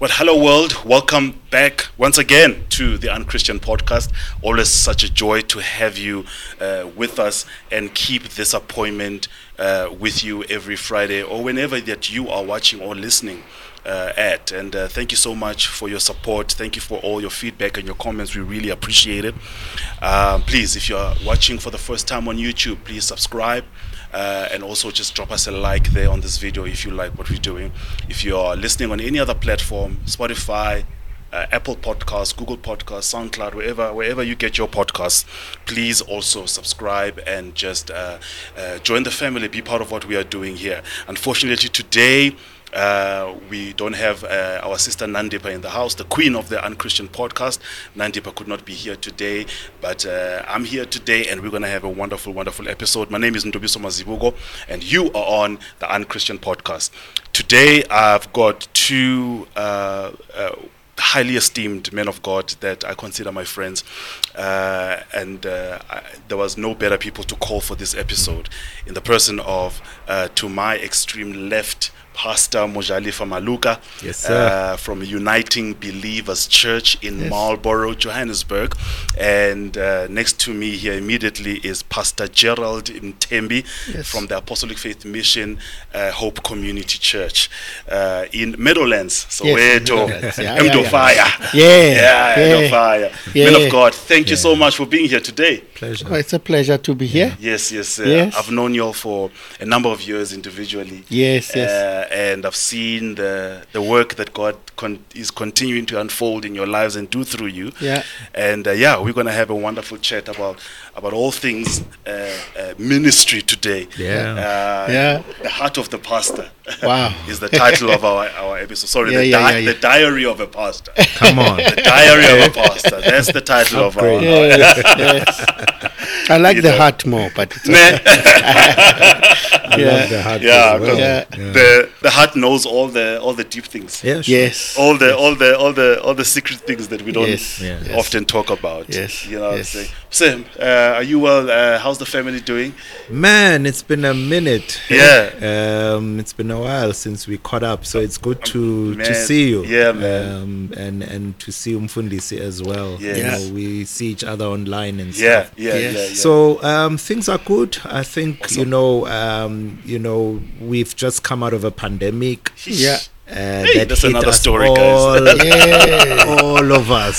Well, hello world. Welcome back once again to the Unchristian podcast. Always such a joy to have you uh, with us and keep this appointment uh, with you every Friday or whenever that you are watching or listening uh, at. And uh, thank you so much for your support. Thank you for all your feedback and your comments. We really appreciate it. Um, please, if you're watching for the first time on YouTube, please subscribe. Uh, and also just drop us a like there on this video if you like what we're doing. If you're listening on any other platform, Spotify, uh, Apple Podcasts, Google Podcasts, SoundCloud, wherever wherever you get your podcasts, please also subscribe and just uh, uh, join the family. Be part of what we are doing here. Unfortunately, today. Uh, we don't have uh, our sister Nandipa in the house, the queen of the Unchristian podcast. Nandipa could not be here today, but uh, I'm here today and we're going to have a wonderful, wonderful episode. My name is Ndobiso Mazibugo and you are on the Unchristian podcast. Today I've got two uh, uh, highly esteemed men of God that I consider my friends. Uh, and uh, I, there was no better people to call for this episode in the person of, uh, to my extreme left, Pastor Mojalifa Maluka Yes, sir. uh, from Uniting Believers Church in Marlborough, Johannesburg. And uh, next to me here immediately is Pastor Gerald Mtembi Yes. from the Apostolic Faith Mission uh, Hope Community Church uh, in Meadowlands. So Yes, Soweto, yes, yeah, Mdo yeah, yeah. Fire. Yeah, Yeah, yeah. Mdo Fire. Yeah. Men of God, thank you so much for being here today. Pleasure. Oh, it's a pleasure to be here. Yes, yes. Uh, Yes. I've known you all for a number of years individually. Yes, yes. Uh, and I've seen the, the work that God con- is continuing to unfold in your lives and do through you. Yeah. And uh, yeah, we're going to have a wonderful chat about about all things uh, uh, ministry today. Yeah. Uh, Yeah. The heart of the pastor. Wow. is the title of our, our episode. Sorry, Yeah, the, yeah, di- yeah, yeah. the diary of a pastor. Come on. the diary of a pastor. That's the title of our. Yes, yes. I like You the know. heart more, but it's Ne? I Yeah. love the heart yeah, as well. Yeah. the the heart knows all the all the deep things. Yeah, sure. yes. all the all the all the all the secret things that we don't Yes, Yeah. yes. often talk about. Yes, you know. what I'm yes. saying? Sam, uh, are you well? Uh, how's the family doing? Man, it's been a minute. Yeah. Um, it's been a while since we caught up, so it's good to Man, to see you. yeah, man. Um, and and to see Umfundisi as well. You Yes. know, we see each other online and Yeah, stuff. yeah, Yes. yeah, yeah. So um, things are good. I think you know. Um, you know, we've just come out of a pandemic. Yeah. Uh, that's hit another us story, guys. all, Yeah. all of us.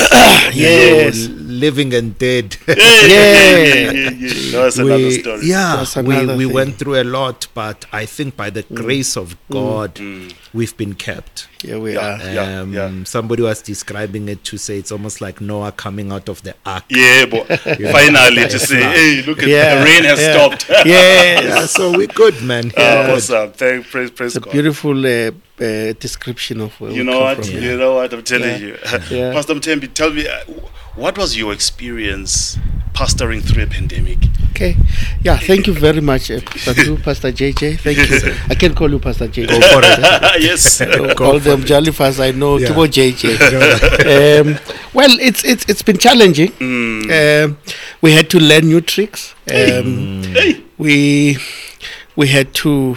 you know, Yes. living and dead. yeah, yeah, Yeah. yeah, yeah, yeah. That's another we, story. yeah, That's we, another we thing. Mm. went through a lot, but I think by the grace of God, we've been kept. Here we Yeah. are. Mm. Yeah, um, yeah. Somebody was describing it to say it's almost like Noah coming out of the ark. Yeah, but finally to say, hey, look at Yeah, the rain has yeah. stopped. Yes. Yeah, so we're good, man. yeah. We're good. Uh, Awesome. Thank, praise, praise It's a God. beautiful uh, uh, description of where you we know come what? from. You know what? I'm telling Yeah. you, Yeah. Pastor Mtembi, tell me, uh, what was your experience pastoring through a pandemic? Okay. Yeah, thank you very much, uh, Pastor Tu, Pastor JJ. Thank you. I can call you Pastor Go JJ. for it. yes. Uh, Go All for them jolly fast I know. Yeah. Tibo JJ. um, well, it's it's it's been challenging. Mm, Um, we had to learn new tricks. Mm-hmm. Um, Hey. we we had to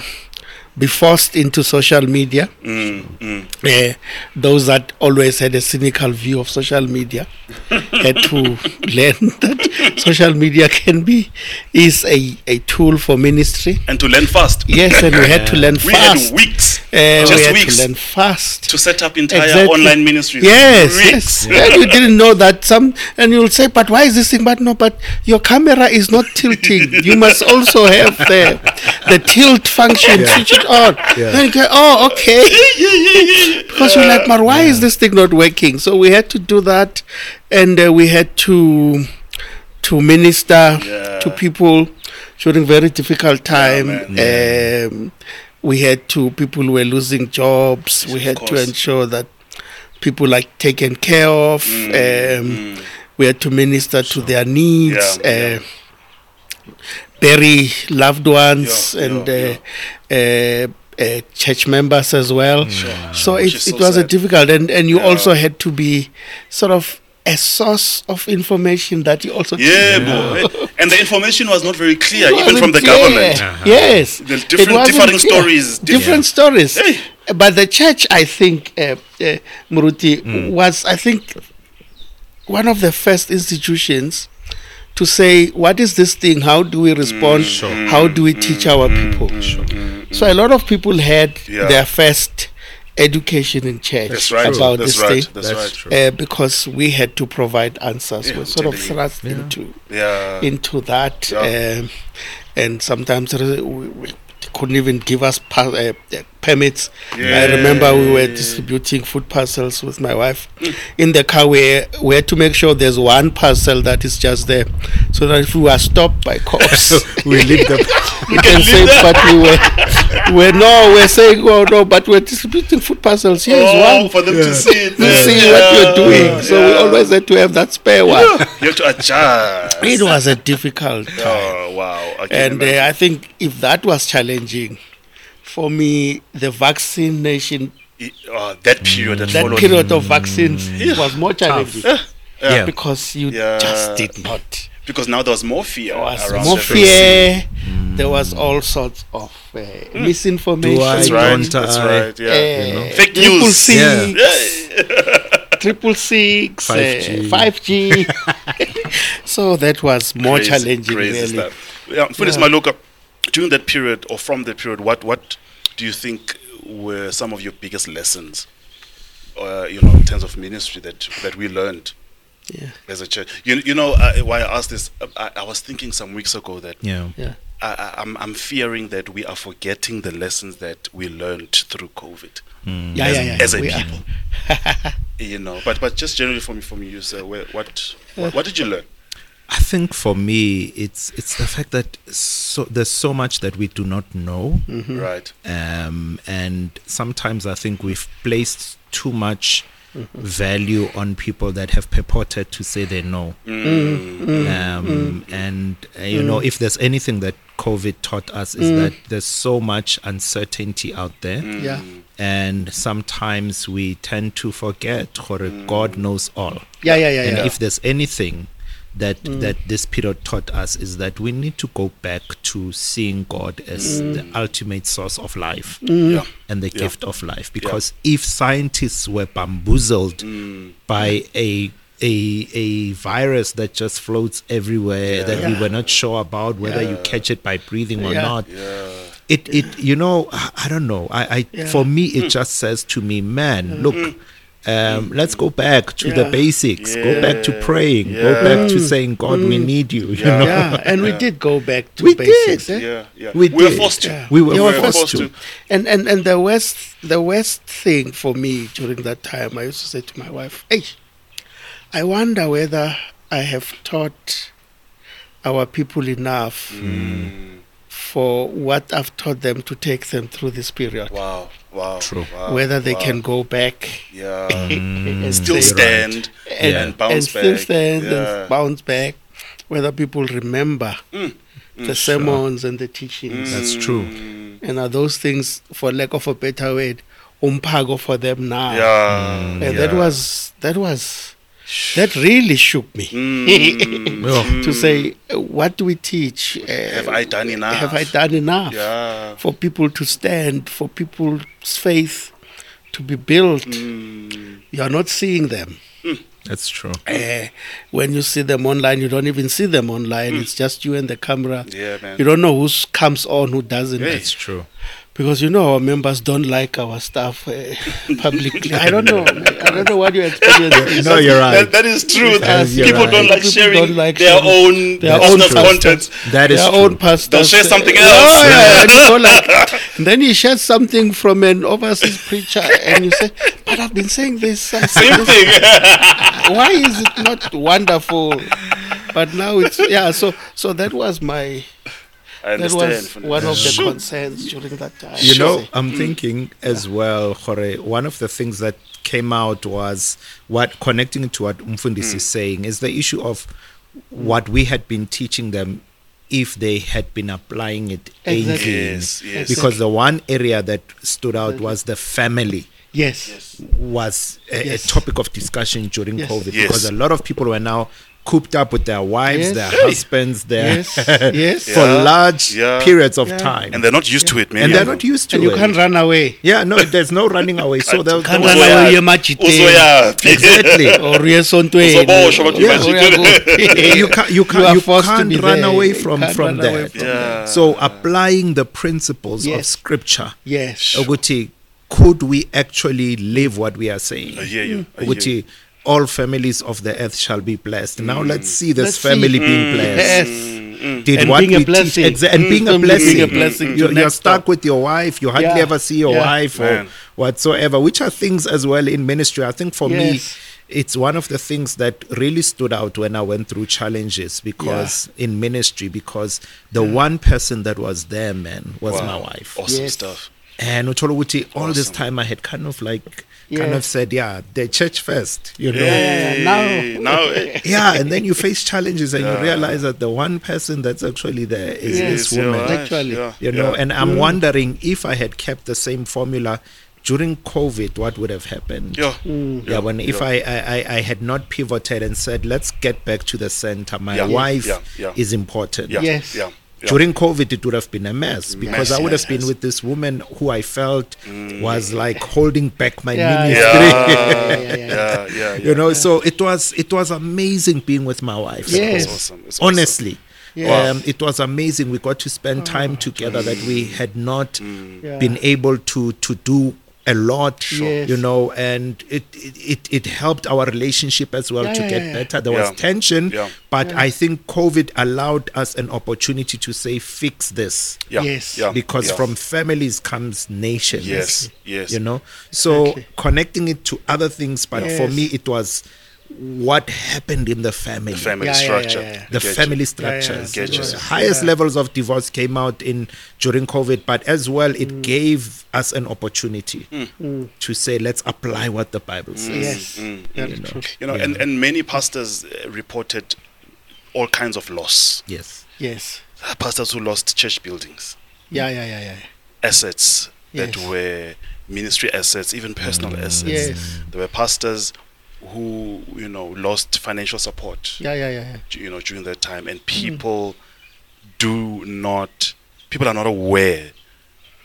be forced into social media. Mm, mm. Uh, those that always had a cynical view of social media had to learn that social media can be is a, a tool for ministry. And to learn fast. Yes, and we had to learn We fast. had weeks, Uh, we just had weeks, to learn fast. to set up entire Exactly. online ministries. Yes, weeks. yes. And you didn't know that some, and you'll say, but why is this thing? But no, but your camera is not tilting. you must also have the the tilt function. Yeah. Switch it on. Yeah. Then you go, oh, okay. Yeah, yeah, yeah, yeah. Because we're like, but why is this thing not working? So we had to do that, and uh, we had to to minister Yeah. to people during very difficult time. man. um, we had to people were losing jobs. We Of had to course. ensure that people like taken care of. Mm, um, mm. we had to minister to their needs, Yeah, yeah. uh, bury loved ones, Yeah, and yeah, uh, Uh, uh, church members as well. Mm. So Which it, is so it was a sad. difficult, and, and you Yeah. also had to be sort of a source of information that you also Yeah, boy. Eh, And the information was not very clear, even wasn't from the clear. government. Uh-huh. Yes, The It different- wasn't differing clear. stories, different stories. Hey. but the church, I think, uh, uh, Muruti Hmm. was, I think, one of the first institutions to say, "What is this thing? How do we respond? Hmm, How do we teach Hmm, our people?" Mm. So a lot of people had Yeah. their first education in church That's right. about That's this right. thing. That's, That's right. true. Uh, because we had to provide answers, Yeah, we're I'm sort of telling you. thrust Yeah. into Yeah. into that, Yeah. um, and sometimes re- we, we couldn't even give us pa- uh, uh, permits. I remember we were Yeah. distributing food parcels with my wife Mm. in the car. We we had to make sure there's one parcel that is just there, so that if we are stopped by cops. we leave the You can say, but we were, we're no, we're saying, oh no, but we're distributing food parcels. Here is oh, one. for them Yeah. to see it. You yeah. see Yeah. what you're doing. So we Yeah. always had to have that spare one. You have to adjust. It was a difficult time. Oh wow! I can And imagine. uh, I think if that was challenging for me, the vaccination, It- oh, that period that, that followed. Mm. period of vaccines was more challenging Yeah. because you Yeah. just did not. because now there was more fear. There was around Oh, more the fear. There was all sorts of uh, Hmm. misinformation. Do I That's That's right. don't, That's uh, right. Yeah. uh, Fake triple news. Six, Yeah. Triple six, uh, 5G. 5G. so that was more Crazy- challenging, crazy really. stuff. Yeah, Phyllis Yeah. Maluka, during that period or from that period, what what do you think were some of your biggest lessons? Uh, you know, in terms of ministry that that we learned Yeah, as a church. You you know uh, why I asked this? I, I was thinking some weeks ago that yeah yeah. I, I- I'm I'm fearing that we are forgetting the lessons that we learned through COVID. Mm. Yeah, as, yeah, yeah, as a we are. people. you know, but but just generally from from you, sir, where, what, what what did you learn? I think for me, it's it's the fact that so there's so much that we do not know, Mm. Right. um, and sometimes I think we've placed too much Mm-hmm. value on people that have purported to say they know. Mm. Um, Mm. and uh, you know, if there's anything that COVID taught us Mm. is that there's so much uncertainty out there, Hmm. Yeah. and sometimes we tend to forget, "Gore, God knows all." Yeah, yeah, yeah, and Mm. yeah. Mm. if there's anything that that this period taught us is that we need to go back to seeing God as Mm. the ultimate source of life Yeah. and the Yeah. gift of life because if scientists were bamboozled Mm. by a a, a virus that just floats everywhere that we Yeah. were not sure about whether you catch it by breathing or Yeah. not Yeah. it it you know i I don't know i, I Yeah. for me it just says to me man look um, let's go back to the Yeah. basics go back to Yeah. praying go Yeah. back to saying god we need you you Yeah. know yeah, and we Yeah. did go back to We basics. did. eh? Yeah, yeah. We were did. forced to. Yeah. We were forced to. And and and the worst the worst thing for me during that time, I used to say to my wife, "Hey, I wonder whether I have taught our people enough Mm. for what I've taught them to take them through this period. Wow, wow. True. wow, whether they wow. can Mm. go back." Yeah. and Still say- You're right. stand and, Yeah. and bounce and still back. stand yeah. and bounce back. Whether people remember Mm, the sermons and the teachings, That's true. Mm. and are those things, for lack of a better word, umpago for them now. Yeah. Mm, And that yeah. was that was that really shook me Mm, Yeah. to say, uh, what do we teach? Uh, Have I done enough? Have I done enough Mm. Yeah. for people to stand, for people's faith to be built? Mm. You are not seeing them. that's true uh, when you see them online, you don't even see them online. It's just you and the camera. Hmm. Yeah, man. You don't know who comes on, who doesn't. Hey. that's true Because you know our members don't like our stuff uh, publicly. I don't know. man. I don't know what your experience is. no you're right That, that is true. That is- you're people right. don't like People sharing don't like their own their own business trust. content. that is Their true own pastors. They'll share uh, something oh, else. yeah, and it's all like- and then he shares something from an overseas preacher, and you say, "But I've been saying this. I said Same this. uh, thing. Why is it not wonderful?" But now it's yeah. So so that was my I That understand. was Funeka. one of the Shoot. concerns during that time. you know Sure. i'm thinking as well Jorge, one of the things that came out was what connecting to what mfundis is saying is the issue of what we had been teaching them if they had been applying it Exactly. angling. Yes, yes. because the one area that stood out was the family Yes. Yes. was a, Yes. a topic of discussion during Yes. covid Yes. because a lot of people were now cooped up with their wives, Yes. their husbands, their Yes, yes. for Yeah, large yeah. periods of Yeah. time, and they're not used to it, man. And they're not used to and you it. can't run away. yeah, no, there's no running away. So there, there Can't was- run away, you're much exactly. Or uye esontweni. Uzoboshwa bathi Yeah, manje. uya- you can't you are can't you, forced to can't be run there. away You from can't from run away that. from Yeah. So applying the principles of Yes. scripture, Yes. Ukuthi, could we actually live what we are saying? I hear you. I hear you. Ukuthi, all families of the earth shall be blessed. Now let's see this Let's see. family being blessed. Mm. Yes. Mm. Did And what being a we teach- blessing. exa- and being a And being a blessing. blessing to You're, you're next stuck door. with your wife. You hardly Yeah. ever see your Yeah. wife Man. or whatsoever, which are things as well in ministry. I think for Yes. me, it's one of the things that really stood out when I went through challenges because in ministry, because the one person that was there, man, was Wow. my wife. Awesome Yes. stuff. And uthola ukuthi all this Awesome. time I had kind of like, kind Yeah. of said, yeah, the church first, you know Hey, now- now, eh, yeah, and then you face challenges and Yeah. you realize that the one person that's actually there is yes, this woman. yeah, actually. yeah, You know, yeah. and I'm wondering if I had kept the same formula during COVID, what would have happened? Yeah. Mm. Yeah, when if yeah. I, I I- I had not pivoted and said, let's get back to the center. My Yeah, wife yeah, yeah. is important. yeah, Yes. yeah, yeah. During COVID, it would have been a mess because Mess, I would yes, have been yes. Mm. with this woman who I felt was like holding back my Yeah, ministry. yeah, Yeah, yeah, yeah, yeah, You know, so it was it was amazing being with my wife. It's Yes. awesome. It's awesome. honestly Yeah. Oh. um, it was amazing we got to spend time together that we had not Mm. Yeah. been able to to do a lot Yes. you know and it, it it it helped our relationship as well Yeah, to yeah, get yeah. better there Yeah. was tension Yeah. but i think covid allowed us an opportunity to say fix this Yeah, Yes. yeah, because yeah. from families comes nations Yes, yes. you know so Exactly. connecting it to other things but for Yes. me it was what happened in the family the family Yeah, yeah, yeah, structure, yeah. the Get you. family yeah, structures. Get you. The highest levels of divorce came out in during COVID, but as well, it Mm. gave us an opportunity to say, let's apply what the Bible says. Yes. Very true. You know, and, and many pastors uh, reported all kinds of loss. Yes. Yes. Pastors who lost church buildings, Yeah, yeah, yeah, yeah. assets that Yes. were ministry assets, even personal Mm. assets. Yes. There were pastors who you know lost financial support. Yeah, yeah, yeah. yeah. d- you know during that time and people do not people are not aware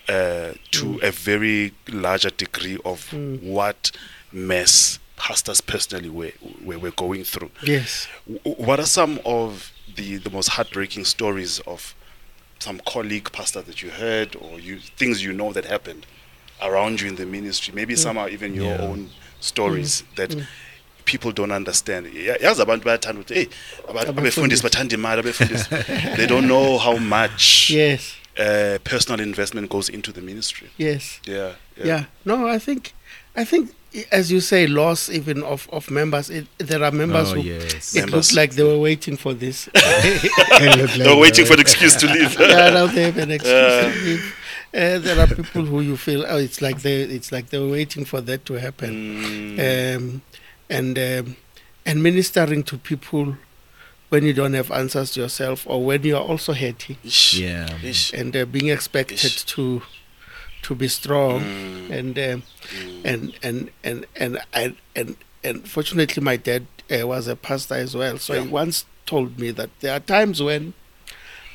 uh, to a very larger degree of what mess pastors personally were, were, were going through Yes. W- what are some of the, the most heartbreaking stories of some colleague pastor that you heard or you things you know that happened around you in the ministry maybe some are even your Yeah. Mm. own stories that people don't understand Ya- yazi abantu bayathanda ukuthi hey aba- abefundisi Abefundisi. bathanda imali abefundisi they don't know how much Yes. uh, personal investment goes into the ministry Yes. yeah Yeah. No, I think, I think, i- as you say, loss even of of members. It, there are members Oh, who yes. it Members. looks like they were waiting for this. they're waiting for an excuse to leave yeah, now they have an excuse. to leave. Uh, there are people who you feel oh, it's like they it's like they were waiting for that to happen, Mm, um, and um, and ministering to people when you don't have answers to yourself or when you are also hurting ish, Yeah. ish. and uh, being expected Ish. to to be strong Mm, and um, mm. and and and and I and and fortunately my dad uh, was a pastor as well so Yeah. he once told me that there are times when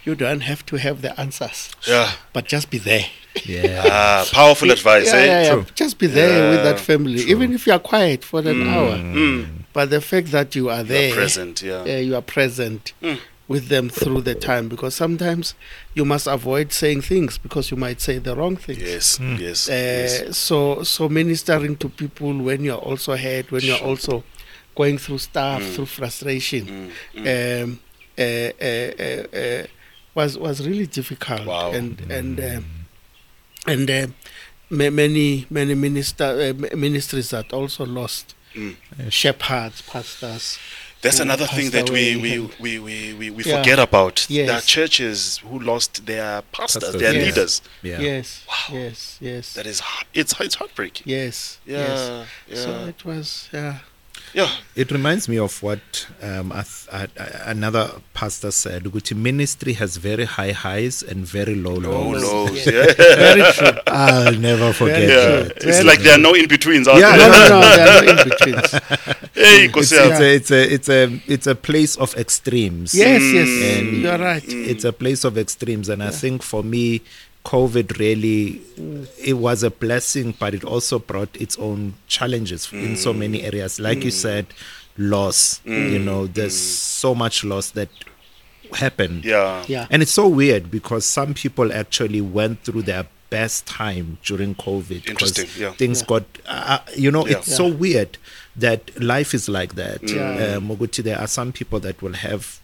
you don't have to have the answers yeah but just be there Yeah. Ah, powerful advice yeah, eh? yeah, yeah. True. just be there with that Yeah, family even if you are quiet for an hour Mm. but the fact that you are there You're present, yeah. uh, you are present Mm. with them through the time because sometimes you must avoid saying things because you might say the wrong things Yes, Hmm. yes, Uh, yes. so so ministering to people when you're also hurt when you're also going through stuff Hmm. through frustration Mm, mm. um, uh, uh, uh, uh, was was really difficult Wow. and and um and um, ma- many many minister uh, ma- ministries that also lost Mm. shepherds pastors That's who another thing passed that we away we, and- we, we, we, we Yeah. forget about. There are Yes. churches who lost their pastors, Pastors, their yes. leaders. Yeah. yes Wow. yes yes That is, h- it's it's heartbreaking. yes yes Yeah, yeah. so it was uh, yeah Yeah. It reminds me of what um, I th- I, I, another pastor said. Ukuthi ministry has very high highs and very low Oh, lows. no. Yeah. Very true. I'll never forget Yeah. that. It's like there are no in betweens out Yeah, No, there. no, no, there are no in betweens. Hey, It's, Nkosi yami. it's a, it's a it's a it's a place of extremes. Yes, yes, Mm. And- you are right. Mm. it's a place of extremes and i think for me covid really it was a blessing but it also brought its own challenges in so many areas like you said loss you know there's so much loss that happened Yeah. Yeah. and it's so weird because some people actually went through their best time during COVID. 'cause Interesting, yeah. Things got, uh, you know, Yeah. it's so weird that life is like that. Yeah. Um, Moguti, there are some people that will have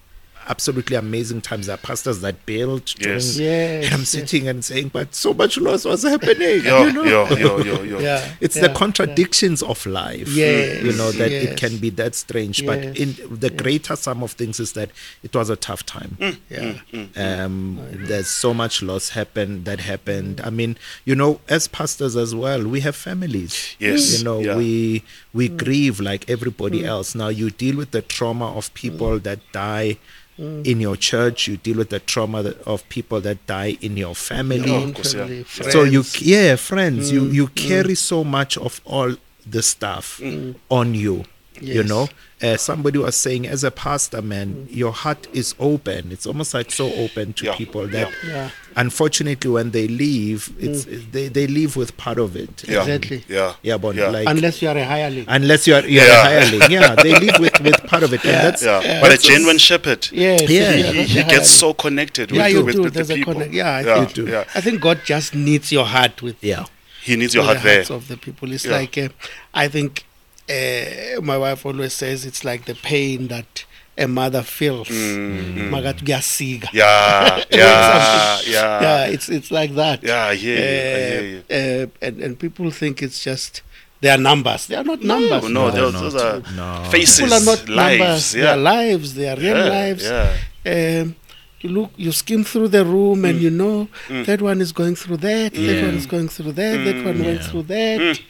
absolutely amazing times. There are pastors that build. Yes. During, Yes, and I'm yes. sitting and saying, but so much loss was happening. Yo, you know? yo, yo, yo, yo. Yeah. It's yeah, the contradictions of life. Yes, You know, that it yes. can be that strange. But Yes, in the greater sum of things is that it was a tough time. Mm. Yeah. yeah. Um, there's so much loss happened that happened. I mean, you know, as pastors as well, we have families. Yes, you know, yeah. we we grieve like everybody else. Now you deal with the trauma of people that die in your church. You deal with the trauma that, of people that die in your family. Oh, of course, yeah. Family, Yeah. So you friends. yeah, friends, you Mm, you carry so much of all the stuff Mm. on you. You Yes. know, uh, somebody was saying, as a pastor, man, your heart is open. It's almost like so open to Mm. Yeah, people yeah. that, Mm. Yeah. unfortunately, when they leave, it's they, they leave with part of it. Yeah. Exactly. Yeah. yeah, but Yeah. like Unless you are a hireling. unless you are you're Yeah. a hireling, yeah, they leave with, with part of it, and that's Yeah. But a genuine shepherd. Yes, if Yeah. He- you are He, not he a gets hireling. so connected Yeah, with, you with, do. with There's the a people. connect. Yeah, I yeah, think you do. yeah. I think God just needs your heart with yeah, He needs your to the heart there. hearts of the people. It's Yeah. like uh, I think uh, my wife always says it's like the pain that a mother feels. Mm. Makathi kuyasika. Yeah, yeah, yeah, yeah, it's it's like that. yeah. I hear you. I hear you. Uh, and and people think it's just they are numbers. They are not numbers. No, no, No, those, no. those are No. faces, people are not lives. numbers. Yeah, They are lives. They are real yeah, lives. Yeah, um, you look, you skim through the room, Mm. and you know that one is going through that, that Yeah. one is going through that, that Mm. one went Yeah. through that,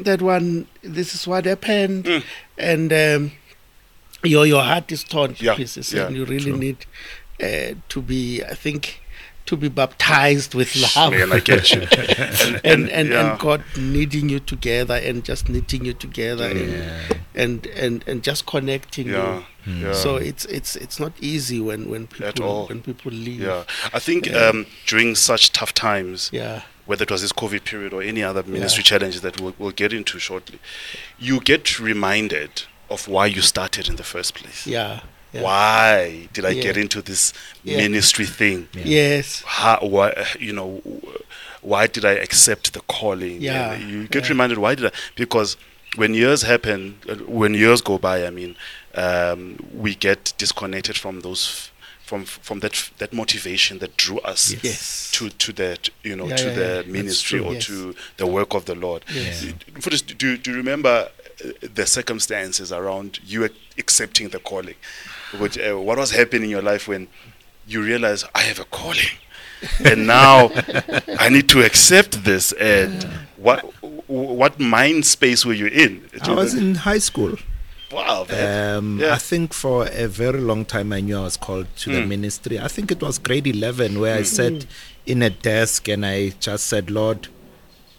that one. This is what happened, Mm. and um, your your heart is torn to Yeah, pieces, yeah, and you really true. need uh, to be, I think, to be baptized with love. man, I get you. and and and, yeah. and God knitting you together and just knitting you together and, and and and just connecting yeah, you. yeah. So it's it's it's not easy when when people At all. when people leave. yeah, I think um, during such tough times, Yeah. whether it was this COVID period or any other ministry challenges that we'll, we'll get into shortly, you get reminded of why you started in the first place. Yeah. yeah. Why did I Yeah. get into this Yeah. ministry thing? Yes. how why you know why did I accept the calling? Yeah, And you get yeah. reminded why did I? Because when years happen, uh, when years go by, I mean, um, we get disconnected from those. f- From, from that f- that motivation that drew us Yes. Yes. to to that you know Yeah, to yeah, the yeah. That's ministry true. or Yes. to the work of the Lord. Yes. Yeah. Do- For this, do do you remember uh, the circumstances around you ac- accepting the calling? Which, uh, what was happening in your life when you realize I have a calling, and now I need to accept this? And what wh- what mind space were you in? I was in high school. wow, man. Um, Yeah. Mm. I think for a very long time, I knew I was called to the ministry. I think it was grade 11 where I sat in a desk and I just said, Lord,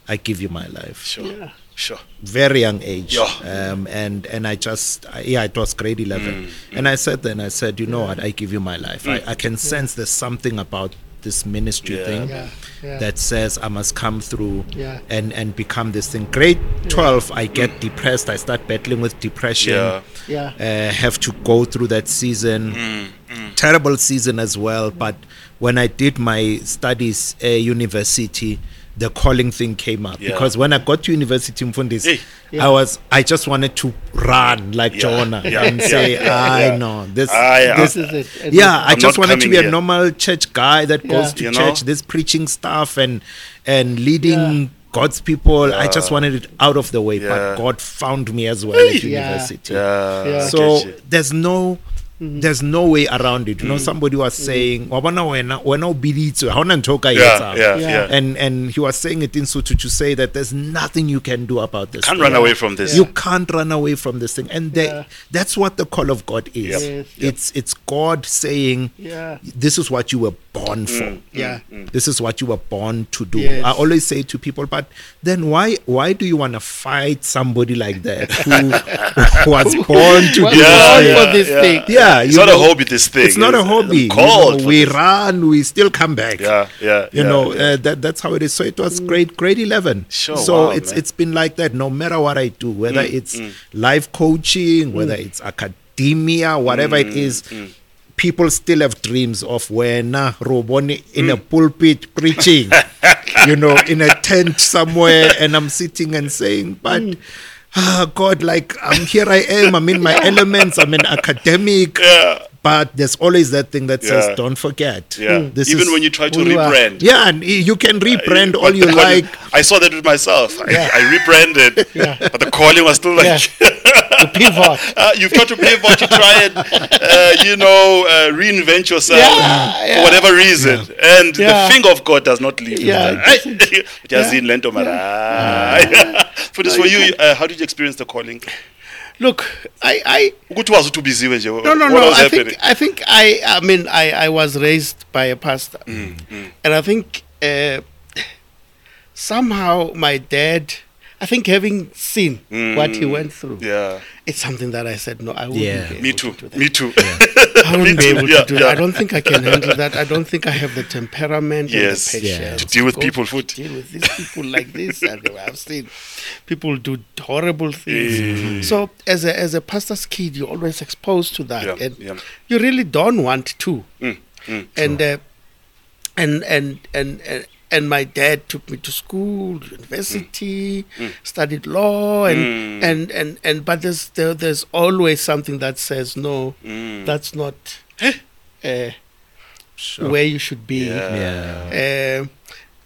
I give you my life. sure, Yeah. sure, Very young age. Yeah. Mm. Um, and, and I just, I, yeah, it was grade 11. And I said then, I said, you know what, I give you my life. I, I can sense there's something about this ministry Yeah. thing Yeah. Yeah. that says I must come through Yeah. and and become this thing. Grade twelve, I get depressed. I start battling with depression. Yeah. Yeah. Uh, have to go through that season, Mm, terrible season as well. But when I did my studies at university, the calling thing came up Yeah. because when I got to university in Fundis, Hey. I was I just wanted to run like Yeah. Jonah Yeah. and Yeah. say, Yeah. I Yeah. know this. I am- this This is it. And yeah, I I'm just not wanted to coming be a here. normal church guy that goes Yeah. to You church, know? this preaching stuff and and leading Yeah. God's people. I just Yeah. wanted it out of the way, Yeah. but God found me as well at Hey. university. yeah. I Yeah. get So you. there's no Mm-hmm. there's no way around it you Mm. know somebody was saying wabona wena wena o biditswe ha hona ntho o ka e Yeah, etsang." yeah, Yeah. yeah. and and he was saying it in Sutu to say that there's nothing you can do about this Can't thing. run away from this. you can't run away from this thing and they, Yeah. that's what the call of god is Yep. Yes. it's it's god saying Yeah. this is what you were born Mm, for Yeah. this is what you were born to do Yes. i always say to people but then why why do you want to fight somebody like that who was born to Well, do Yeah, all this yeah, for this yeah. thing. yeah It's uh, you not a know, hobby, this thing. it's not a hobby you know, Called. we run we still come back Yeah, yeah. you yeah, know yeah. Uh, that that's how it is so it was grade grade 11 Sure, so wow, it's man. Mm, it's been like that no matter what i do whether it's life coaching whether it's academia whatever it Mm, is people still have dreams of when roboni in Mm. a pulpit preaching you know in a tent somewhere and i'm sitting and saying but ah, god like i'm here i am i'm in my elements i'm an academic But there's always that thing that Yeah. says, "Don't forget." yeah. Even when you try to who you are. rebrand. Yeah, and y- Uh, you can rebrand all But you the calling- like. I saw that with myself. I, Yeah. I rebranded, but the calling was still like, Pivot. uh, you've got to pivot, you try and, uh, you know, uh, reinvent yourself Yeah, yeah. for whatever reason. And Yeah. the finger of God does not leave. Yeah, you. it Right? It has been lent over. For this, for you, uh, how did you experience the calling? Look, I, I ukuthi wazi ukuthi ubiziwe nje no no what no. was I happening think I think I I mean I, I was raised by a pastor, Mm, and I think uh, somehow my dad. I think having seen what he went through, Mm. yeah it's something that I said no. I wouldn't. Yeah. Be able me too To do that. me too I wouldn't be too. able Yeah, to do yeah. that. I don't think I can handle that. I don't think I have the temperament Yes. and the Yeah. patience To deal with go people, to food. Deal with these people like this. And I've seen people do horrible things. Mm. So as a as a pastor's kid, you're always exposed to that, Yeah, and yeah. you really don't want to. Mm, mm. and, uh, and and and and and my dad took me to school, university, studied law, and, Mm. and and and but there's there, there's always something that says no, Mm. that's not Eh? uh, Sure. where you should be. Yeah. Uh,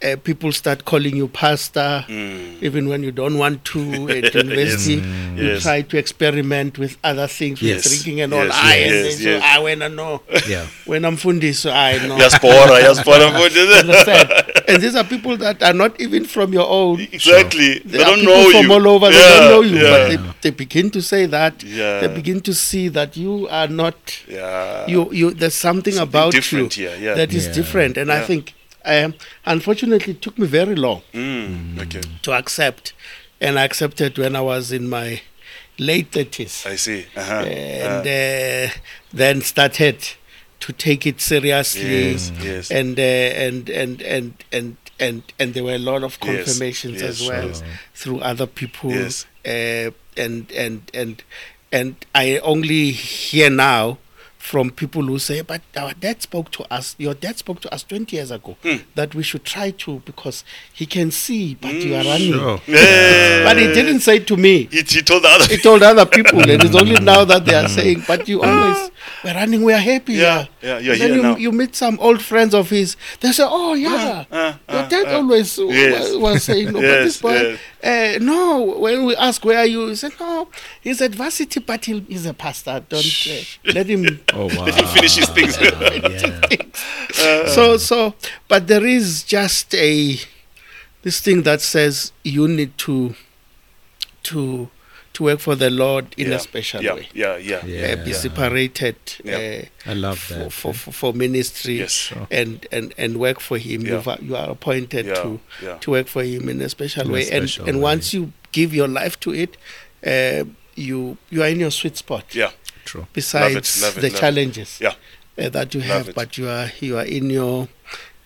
uh, people start calling you pastor, Mm. even when you don't want to. At university, you Yes. try to experiment with other things, with Yes. drinking and all. Yes, I yes, and yes, then yes. so I when I know Yeah. when I'm fundi, so I know. Diaspora, diaspora, food. Understand? and these are people that are not even from your own. exactly they, There are don't people know from you all over. Yeah, They don't know you, yeah, but they, they begin to say that. Yeah. They begin to see that you are not. yeah. You you. There's something, Something about different you here, yeah. that is Yeah. different, and I Yeah. think, um, unfortunately, it took me very long Mm. okay to accept, and I accepted when I was in my late thirties, i see uh-huh. and uh, uh, then started to take it seriously yes yes and uh, and and and and and and there were a lot of Yes, confirmations yes, as well sure. through other people Yes. uh, and and and and i only hear now from people who say but our dad spoke to us your dad spoke to us 20 years ago Hmm. that we should try to because he can see but you are Mm, running Sure. Yeah. but he didn't say to me he, he told the other he told other people, and it's only now that they are saying, "But you always we're running, we are happy." Yeah, yeah, you're And then here you, now. you meet some old friends of his. They say, "Oh yeah, uh, uh, your dad uh." always w- Yes. was, was saying, no, Yes, but this boy, uh, no." When we ask, "Where are you?" he said, "No, he's at varsity, but he'll, he's a pastor. Don't uh, let him." Oh wow. he finishes things yeah. so so, but there is just a this thing that says you need to to to work for the Lord in yeah. a special yeah. way. yeah yeah yeah Yeah. uh, be separated Yeah. I uh, love for, that. for, for, for ministry Yes. Sure. and, and, and work for him. Yeah. You've- You are appointed Yeah, to yeah. to work for him in a special In a way. special and and way. once you give your life to it, uh, you you are in your sweet spot. yeah True. Besides love it, the love it. challenges Yeah. uh, that you have, it. but you are you are in your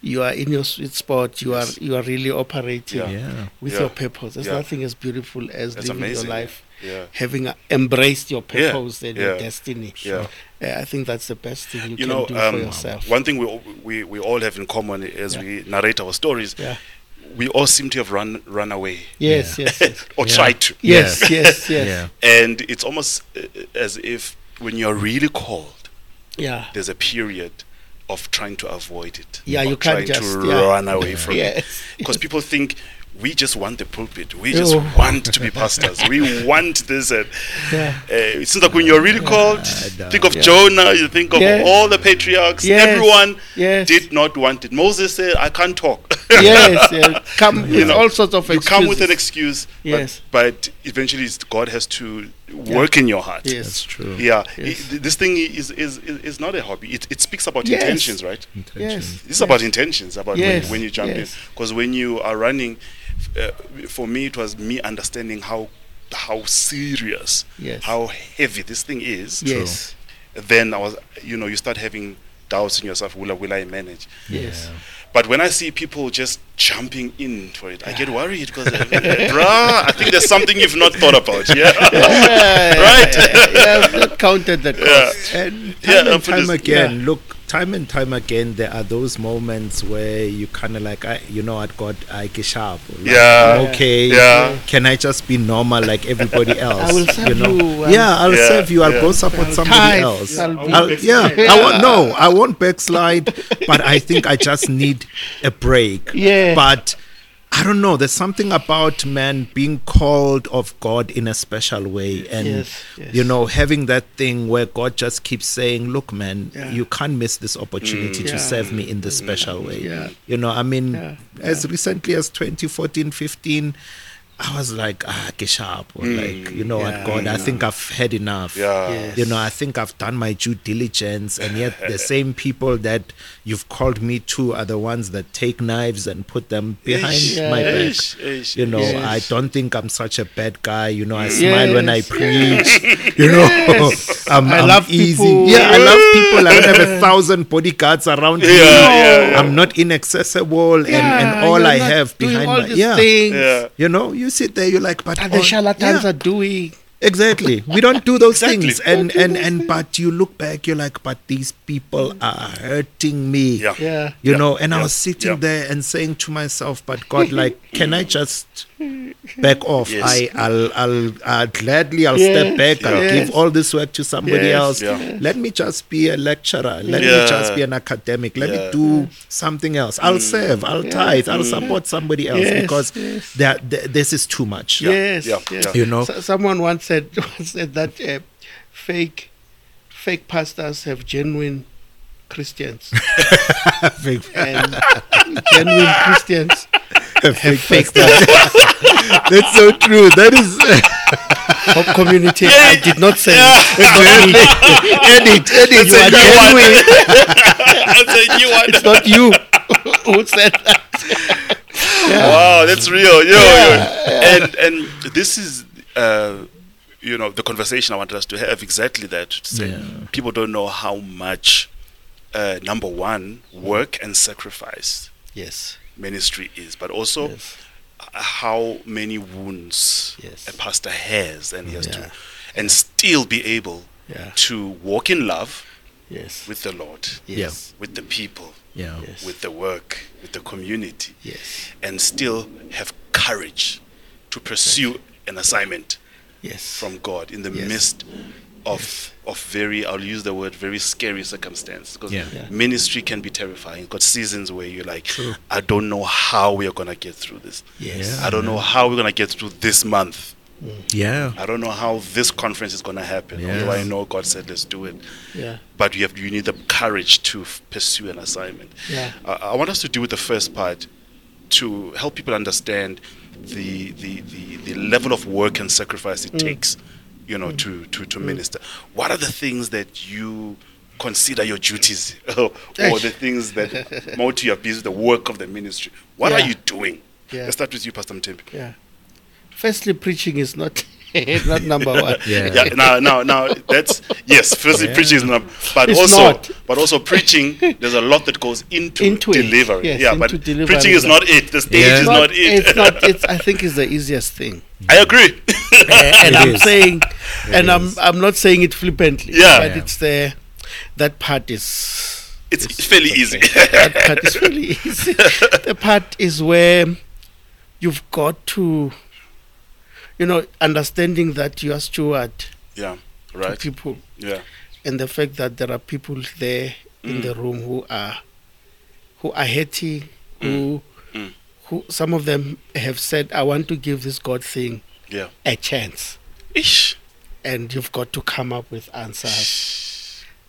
you are in your sweet spot. You Yes. are you are really operating Yeah. Yeah. with Yeah. your purpose. There's Yeah. nothing as beautiful as That's living amazing. your life, yeah having uh, embraced your Yeah. purpose and Yeah. your destiny. yeah Uh, I think that's the best thing you, you can know, do for um, yourself. one thing we, all- we we all have in common as Yeah. we narrate our stories, Yeah. we all seem to have run run away Yes, yes, yes, or Yeah. tried to, yes, yes, yes. Yeah. and it's almost uh, as if when you're really called, Yeah. there's a period of trying to avoid it. Yeah, or you can't trying just- to yeah. run away from it Yes. because people think we just want the pulpit. We just Oh. want to be pastors. we want this. And, Yeah. uh, so that when you're really called, Yeah. think of Jonah, you think of Yes. all the patriarchs. Yes. Everyone Yes. did not want it. Moses said, I can't talk. yes, yes. Come You with know, all sorts of you excuses. come with an excuse, Yes. but, but eventually it's, God has to work in your heart. Yes. That's true. Yeah, Yes. I- this thing is, is, is, is not a hobby. It, it speaks about Yes. intentions, right? Intentions. It's about intentions, about when- Yes, when, you jump yes. in. Because when you are running, uh, for me, it was me understanding how how serious, Yes. how heavy this thing is. Yes. Then I was, you know, you start having doubts in yourself. Will I, will I manage? Yes. But when I see people just jumping in for it, I get worried because, bruh, I think there's something you've not thought about. Yeah. Yeah, Right? yeah, yeah, I've not counted the cost. And time Yeah, I'm and time finished. again, look, time and time again, there are those moments where you kind of like, I, you know, what, God, I get sharp. Like, Yeah. I'm okay. Yeah. Can I just be normal like everybody else? will serve you know? you, I'll- yeah, I'll Yeah, serve you. I'll yeah. go support I'll somebody tithe, else. I'll be- I'll- yeah, I won't. No, I won't backslide. but I think I just need a break. Yeah. But. I don't know. There's something about man being called of God in a special way, and Yes, yes. you know know, Oh, having that thing where God just keeps saying, "Look, man, Yeah. Mm. you can't miss this opportunity to Yeah. serve me in this special way." Yeah. You know, I mean, Yeah. as recently as 2014, 15, I was like, "Ah, Geshap," or like, you know Mm. Yeah. what, God, I think I've had enough. Yeah. Yes. You know, I think I've done my due diligence, and yet the same people that you've called me to are the ones that take knives and put them behind Ish, my Yeah. back ish, ish, you know Yes. i don't think i'm such a bad guy you know i smile when i Yes. preach you know Yes. I'm, I I'm love easy people. yeah i love people i don't have a thousand bodyguards around me yeah, yeah. i'm not inaccessible and, Yeah, and all you're i not have doing behind all my these yeah things yeah. you know you sit there you're like but that the all- charlatans yeah. are doing. Exactly. We don't do those Exactly. things. And and and but you look back, you're like, but these people are hurting me. Yeah. Yeah. You Yeah. know, and Yeah. I was sitting Yeah. there and saying to myself, but God, like, can I just back off? Yes. I, I'll, I'll, I'll gladly, I'll Yes. step back. I'll Yeah. give all this work to somebody Yes. else. Yeah. Let me just be a lecturer. Let Yeah. me just be an academic. Let Yeah. Mm. me do something else. I'll serve. I'll tithe. I'll support somebody else Mm. Yes. because that th- this is too much. Yeah, Yes. yeah, yes. yeah. You know? So- someone once said once said that uh, fake fake pastors have genuine Christians and genuine Christians have fake pastors. That's so true. That is Hope community. I did not say. edit, edit. You are a good one. That's genuine. a new one. It's not you who said that. Wow, that's real. Yo, yo. And and this is uh, you know the conversation I wanted us to have exactly that. To say Yeah. people don't know how much uh, number one work and sacrifice Yes. ministry is, but also Yes. h- how many wounds Yes. a pastor has and he has Yeah. to and still be able Yeah. to walk in love Yes. with the Lord, yes. with the people, Yeah. Yes. with the work, with the community Yes. and still have courage to pursue an assignment Yes. from God in the Yes. midst of of very I'll use the word very scary circumstance because Yeah. Yeah. ministry can be terrifying. Got seasons where you're like, I don't know how we are gonna get through this. Yes. I don't know how we're gonna get through this month. Yeah. I don't know how this conference is gonna happen. Yes. Although I know God said let's do it. Yeah. But you have you need the courage to f- pursue an assignment. Yeah. I, I want us to do with the first part to help people understand the the, the, the level of work and sacrifice Mm. it takes, you know, to, to, to minister. What are the things that you consider your duties or the things that motivate your business, the work of the ministry? What Yeah. are you doing? Yeah. Let's start with you, Pastor Mtempi. Yeah. Firstly, preaching is not not number one. Yeah. Yeah, now, now, now, that's yes. Firstly, Yeah. preaching is not, but It's also, not. but also preaching. There's a lot that goes into, Into it, delivery. yes, yeah, into but delivery. preaching is not it. The stage Yeah. is It's not, it. It's not. It's. I think it's the easiest thing. I agree. and It I'm is. saying, and is. I'm I'm not saying it flippantly. Yeah. But Yeah. it's the that part is It's, fairly easy. that part is really easy. the part is where you've got to, you know, understanding that you are steward yeah, to right. people, Yeah, and the fact that there are people Mm. there in the room who are who are hurting, who Mm. who some of them have said, I want to give this God thing Yeah. a chance. Ish. And you've got to come up with answers.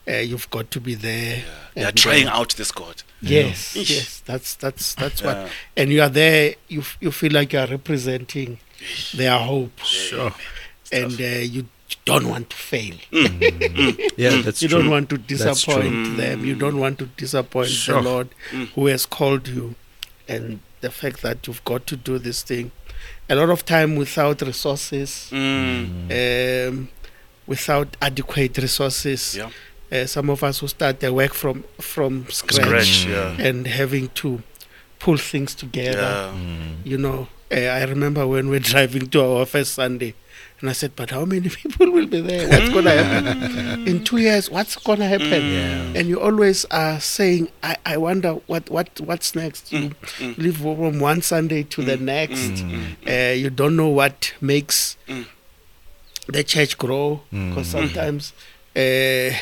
Uh, you've got to be there. and They're be trying there. out this God. Yes, Eesh. yes, that's that's that's Yeah. what. And you are there. You f- you feel like you are representing their hope, Sure. and uh, you don't want to fail. Mm. Yeah, that's you true. don't want to That's true. disappoint them. You don't want to disappoint Sure. the Lord Mm. who has called you, and the fact that you've got to do this thing. A lot of time without resources, Mm. um, without adequate resources. Yeah. Uh, some of us who start their work from from Scratch. Yeah. and having to pull things together. Yeah. You know, uh, I remember when we were driving to our first Sunday, and I said, "But how many people will be there? What's going to Mm. happen in two years? What's going to happen?" Yeah. And you always are saying, "I, I wonder what what what's next." Mm, You live from one Sunday to the next. Uh, you don't know what makes Mm. the church grow Mm. because sometimes. Uh,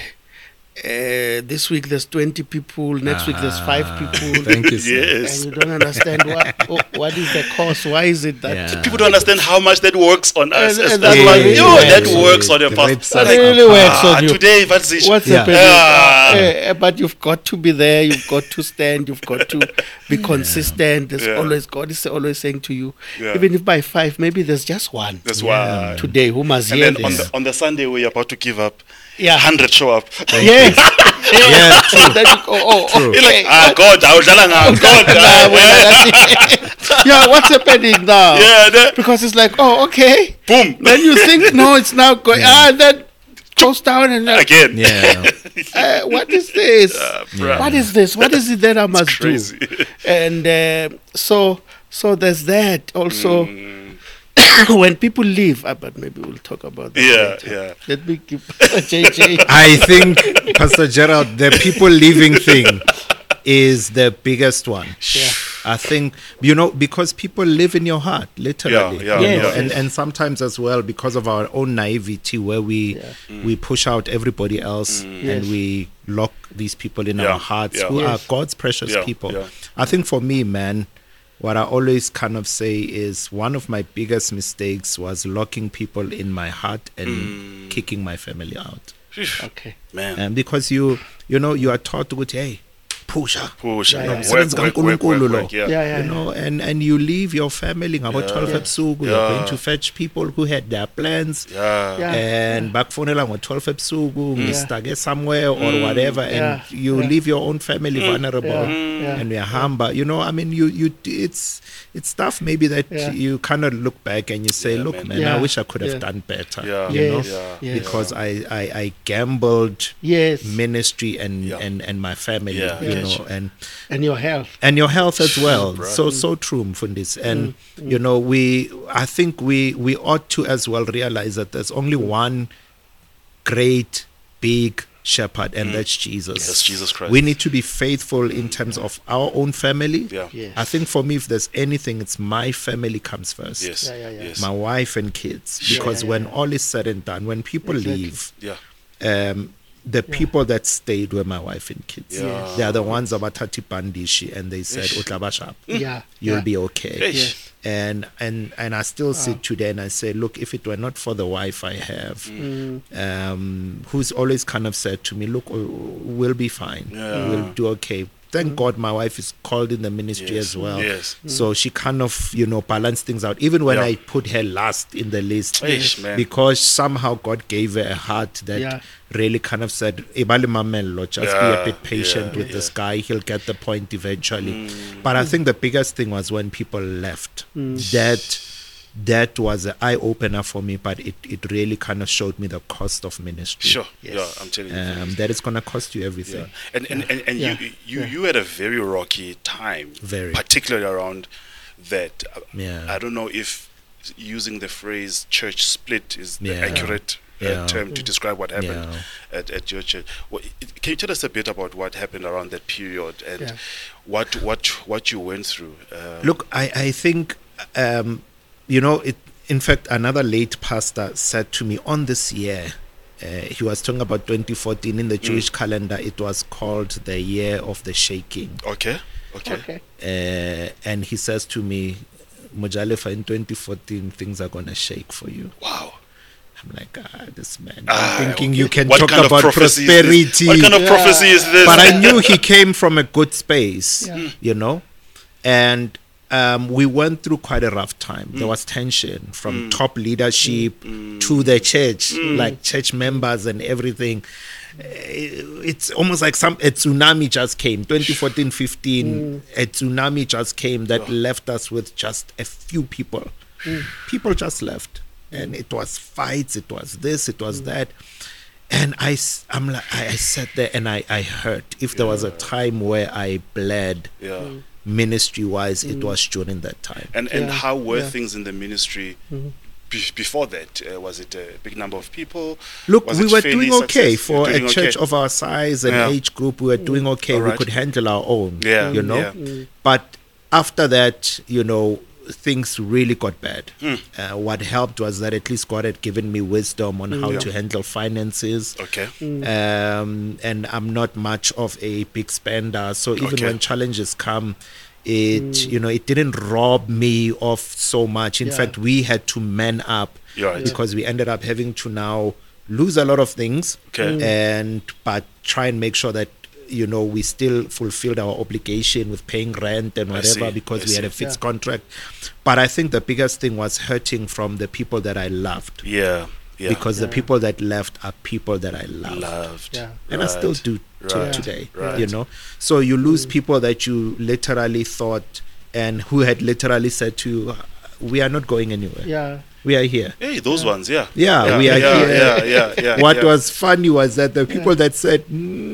uh, this week there's 20 people. Next week there's five Ah, people Thank you. sir. Yes. and you don't understand what what- what is the cause. Why is it that? Yeah. People don't understand how much that works on us. And- and that's that's why why- you Yeah. that works on your The pastor. website Like, really works ah, on you. Today, that's it. What's Yeah. happening? Ah. Eh, eh, but you've got to be there. You've got to stand. You've got to be consistent. There's Yeah. always God is always saying to you, Yeah. even if by five, maybe there's just one That's why. today who must And hear then on this. the, on the Sunday where you're about to give up, yeah, hundred show up. yes. Yeah, So then you go, oh, True. You're okay. Oh, like, ah, God, I was telling her, God, Nah, ah, well, that's it. yeah, what's happening now? yeah, then, Because it's like, oh, okay. boom, Then you think, no, it's now going. Ah, then goes down and like, again. yeah. uh, what is this? bruh. What is this? What is it that I must crazy. do? And uh, so, so there's that also. Mm. when people leave, uh, but maybe we'll talk about that. Yeah, later. yeah. Let me give JJ. I think, Pastor Gerald, the people leaving thing is the biggest one. Yeah. I think you know because people live in your heart, literally. Yeah, yeah, you Yes, know, yes. And and sometimes as well because of our own naivety, where we Yeah. we push out everybody else and Yes. we lock these people in Mm. Yeah, our hearts yeah. who Yes. are God's precious Yeah, people. yeah. I think for me, man, what I always kind of say is one of my biggest mistakes was locking people in my heart and Mm. kicking my family out. Okay. Man, Um, because you you know you are taught to go, hey, pusher. push. Yeah, you yeah. know, Umsebenzi kaNkulunkulu lo. yeah. Yeah, yeah. you know, and and you leave your family about twelve ebusuku. You're Yeah. going to fetch people who had their plans. Yeah. Yeah. And bakfonela ngo-12 ebusuku ngistage somewhere or whatever and Mm. Yeah. you Yeah. Mm. leave your own family vulnerable Yeah. Mm, Yeah. and uyahamba you know i mean you you it's it's stuff maybe that Yeah. you kind of look back and you say Yeah, look man. man i Yeah. wish i could have Yeah. done better Yeah. you know Yes. Yeah. because I, I i gambled Yes. ministry and Yeah. and and my family Yeah, you yeah. know and and your health. and your health as well Bruh. so so true Mm. mfundis and you know we i think we we ought to as well realize that there's only one great big shepherd and that's jesus That's Mm. Jesus Christ. we need to be faithful in terms of our own family Yeah. Yes. i think for me if there's anything it's my family comes first Yes. Yeah, yeah, yeah. Yes. my wife and kids Sure. because Yeah, yeah, when yeah. all is said and done when people Exactly. leave Yeah. um, the Yeah. people that stayed were my wife and kids. Yeah. They are the ones about Tati Bandishi, and they said, Ish. "Utlaba sharp, Yeah. you'll yeah. be okay." Ish. Yes. And and and I still Ah. sit today and I say, "Look, if it were not for the wife I have, Mm. um, who's always kind of said to me, look, uh, we'll be fine, Yeah. we'll do okay." Mm. Thank God, my wife is called in the ministry Yes. as well, Yes. so she kind of you know balanced things out. Even when Yeah. I put her last in the list, Ish, man. because somehow God gave her a heart that Yeah. really kind of said, "Ibali mamello, just be Yeah, a bit patient yeah, with yeah. Mm. this guy; he'll get the point eventually." But I think the biggest thing was when people left. That that was an eye opener for me, but it it really kind of showed me the cost of ministry. Sure. Yes. Yeah. I'm telling you. um, that it's gonna cost you everything. Yeah. And and, and, and Yeah. you you you had a very rocky time. Very. Particularly around that. uh, Yeah. I don't know if using the phrase church split is the Yeah. accurate uh, Yeah. term to describe what happened Yeah. at, at your church. Wha- it- Can you tell us a bit about what happened around that period and Yeah. what what what you went through? Um, Look, I, I think, um, you know, it. In fact, another late pastor said to me on this year, uh, he was talking Mm. about 2014 in the Jewish calendar. It was called the year of the shaking. Okay. Okay. Okay. Uh, and he says to me, Mujalefa, in 2014, things are going to shake for you. Wow. I'm like, ah, this man. Ah, I'm thinking okay. you can What talk kind of about prophecy is this? prosperity. What kind of prophecy is this? but I knew he came from a good space, Yeah. Mm. you know. And um, we went through quite a rough time. There was tension from top leadership to the church, like church members and everything. Uh, It's almost like some a tsunami just came. 2014, 15, a tsunami just came that left us with just a few people. People just left, and it was fights. It was this. It was that and I, s- I'm like, I, I sat there and I, I hurt. If there was a time where I bled Yeah. ministry wise, Mm. it was during that time. And and Yeah, how were yeah. Mm-hmm. things in the ministry be- before that? Uh, was it a big number of people? Look, Was we it were fairly doing okay success- for doing a church okay? of our size and Yeah. Mm. age group. We were doing okay. We Alright. could handle our own. Yeah, You know? yeah. But after that, you know, things really got bad. Hmm. Uh, what helped was that at least God had given me wisdom on how Mm. Yeah. to handle finances. Okay. um, and I'm not much of a big spender. So even Okay. when challenges come, it you know it didn't rob me of so much. In Yeah. fact, we had to man up You're right. because we ended up having to now lose a lot of things, Okay. Mm. and but try and make sure that you know we still fulfilled our obligation with paying rent and I whatever see, because I we had a see. fixed contract. But I think the biggest thing was hurting from the people that I loved. Yeah. Yeah. Because the Yeah. people that left are people that I loved loved. Yeah. and I still Right. do to right, today. right. You know, so you lose people that you literally thought and who had literally said to you, "We are not going anywhere. Yeah. We are here." Hey, those ones. Yeah. Yeah, Ah, we are yeah, here. Yeah. Yeah. Yeah. what yeah. was funny was that the people that said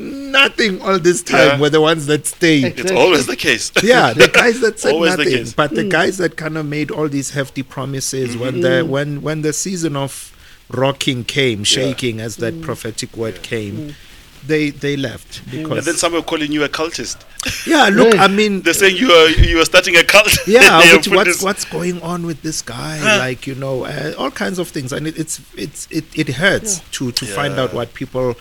nothing all this time Yeah. were the ones that stayed. It's always the case. yeah, the guys that said Always the nothing, case. but the guys that kind of made all these hefty promises when the when when the season of rocking came, shaking as that prophetic word came, they they left and because then some were calling you a cultist. Yeah, look, Yeah. I mean, They're saying you are you are starting a cult. yeah, You which, put what's this- what's going on with this guy? Like you know, uh, all kinds of things, and it, it's it's it, it hurts to to find out Yeah. what people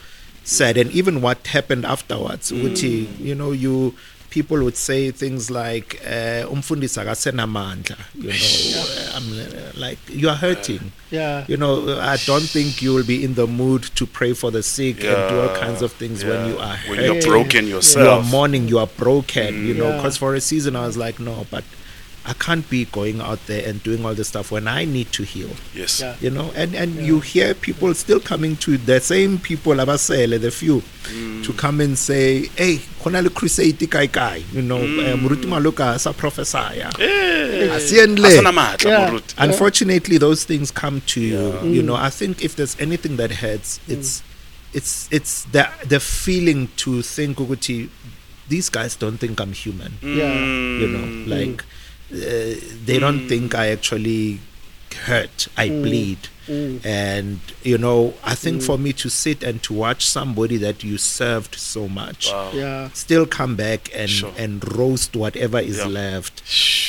said and even what happened afterwards. Mm. Which he- you know, you people would say things like uh, "umfundisi akasenamandla," you know, uh, I'm, uh, like you are hurting. Yeah. You know, uh, I don't think you will be in the mood to pray for the sick and do all kinds of things when Yeah. you are when hurting you're broken you are yourself. mourning, you are broken, you know. Yeah. Because for a season, I was like, no, but I can't be going out there and doing all this stuff when I need to heal, yes. Yeah. you know. And and you hear people still coming to the same people, abasele, the few, to come and say, hey, konale crusade kai kai, you know, Eh, muruti maluka sa prophesy. Hey. Asiyenle. Asana matla, Yeah. Moruti. Unfortunately, those things come to you. You know, I think if there's anything that hurts, Mm. it's it's it's the the feeling to think ukuthi these guys don't think I'm human. Mm. Yeah. You know, like uh, they Mm. don't think I actually hurt. I bleed. Mm. And you know, I think Mm. for me to sit and to watch somebody that you served so much Wow. Yeah. still come back and Sure. and roast whatever is Yeah. left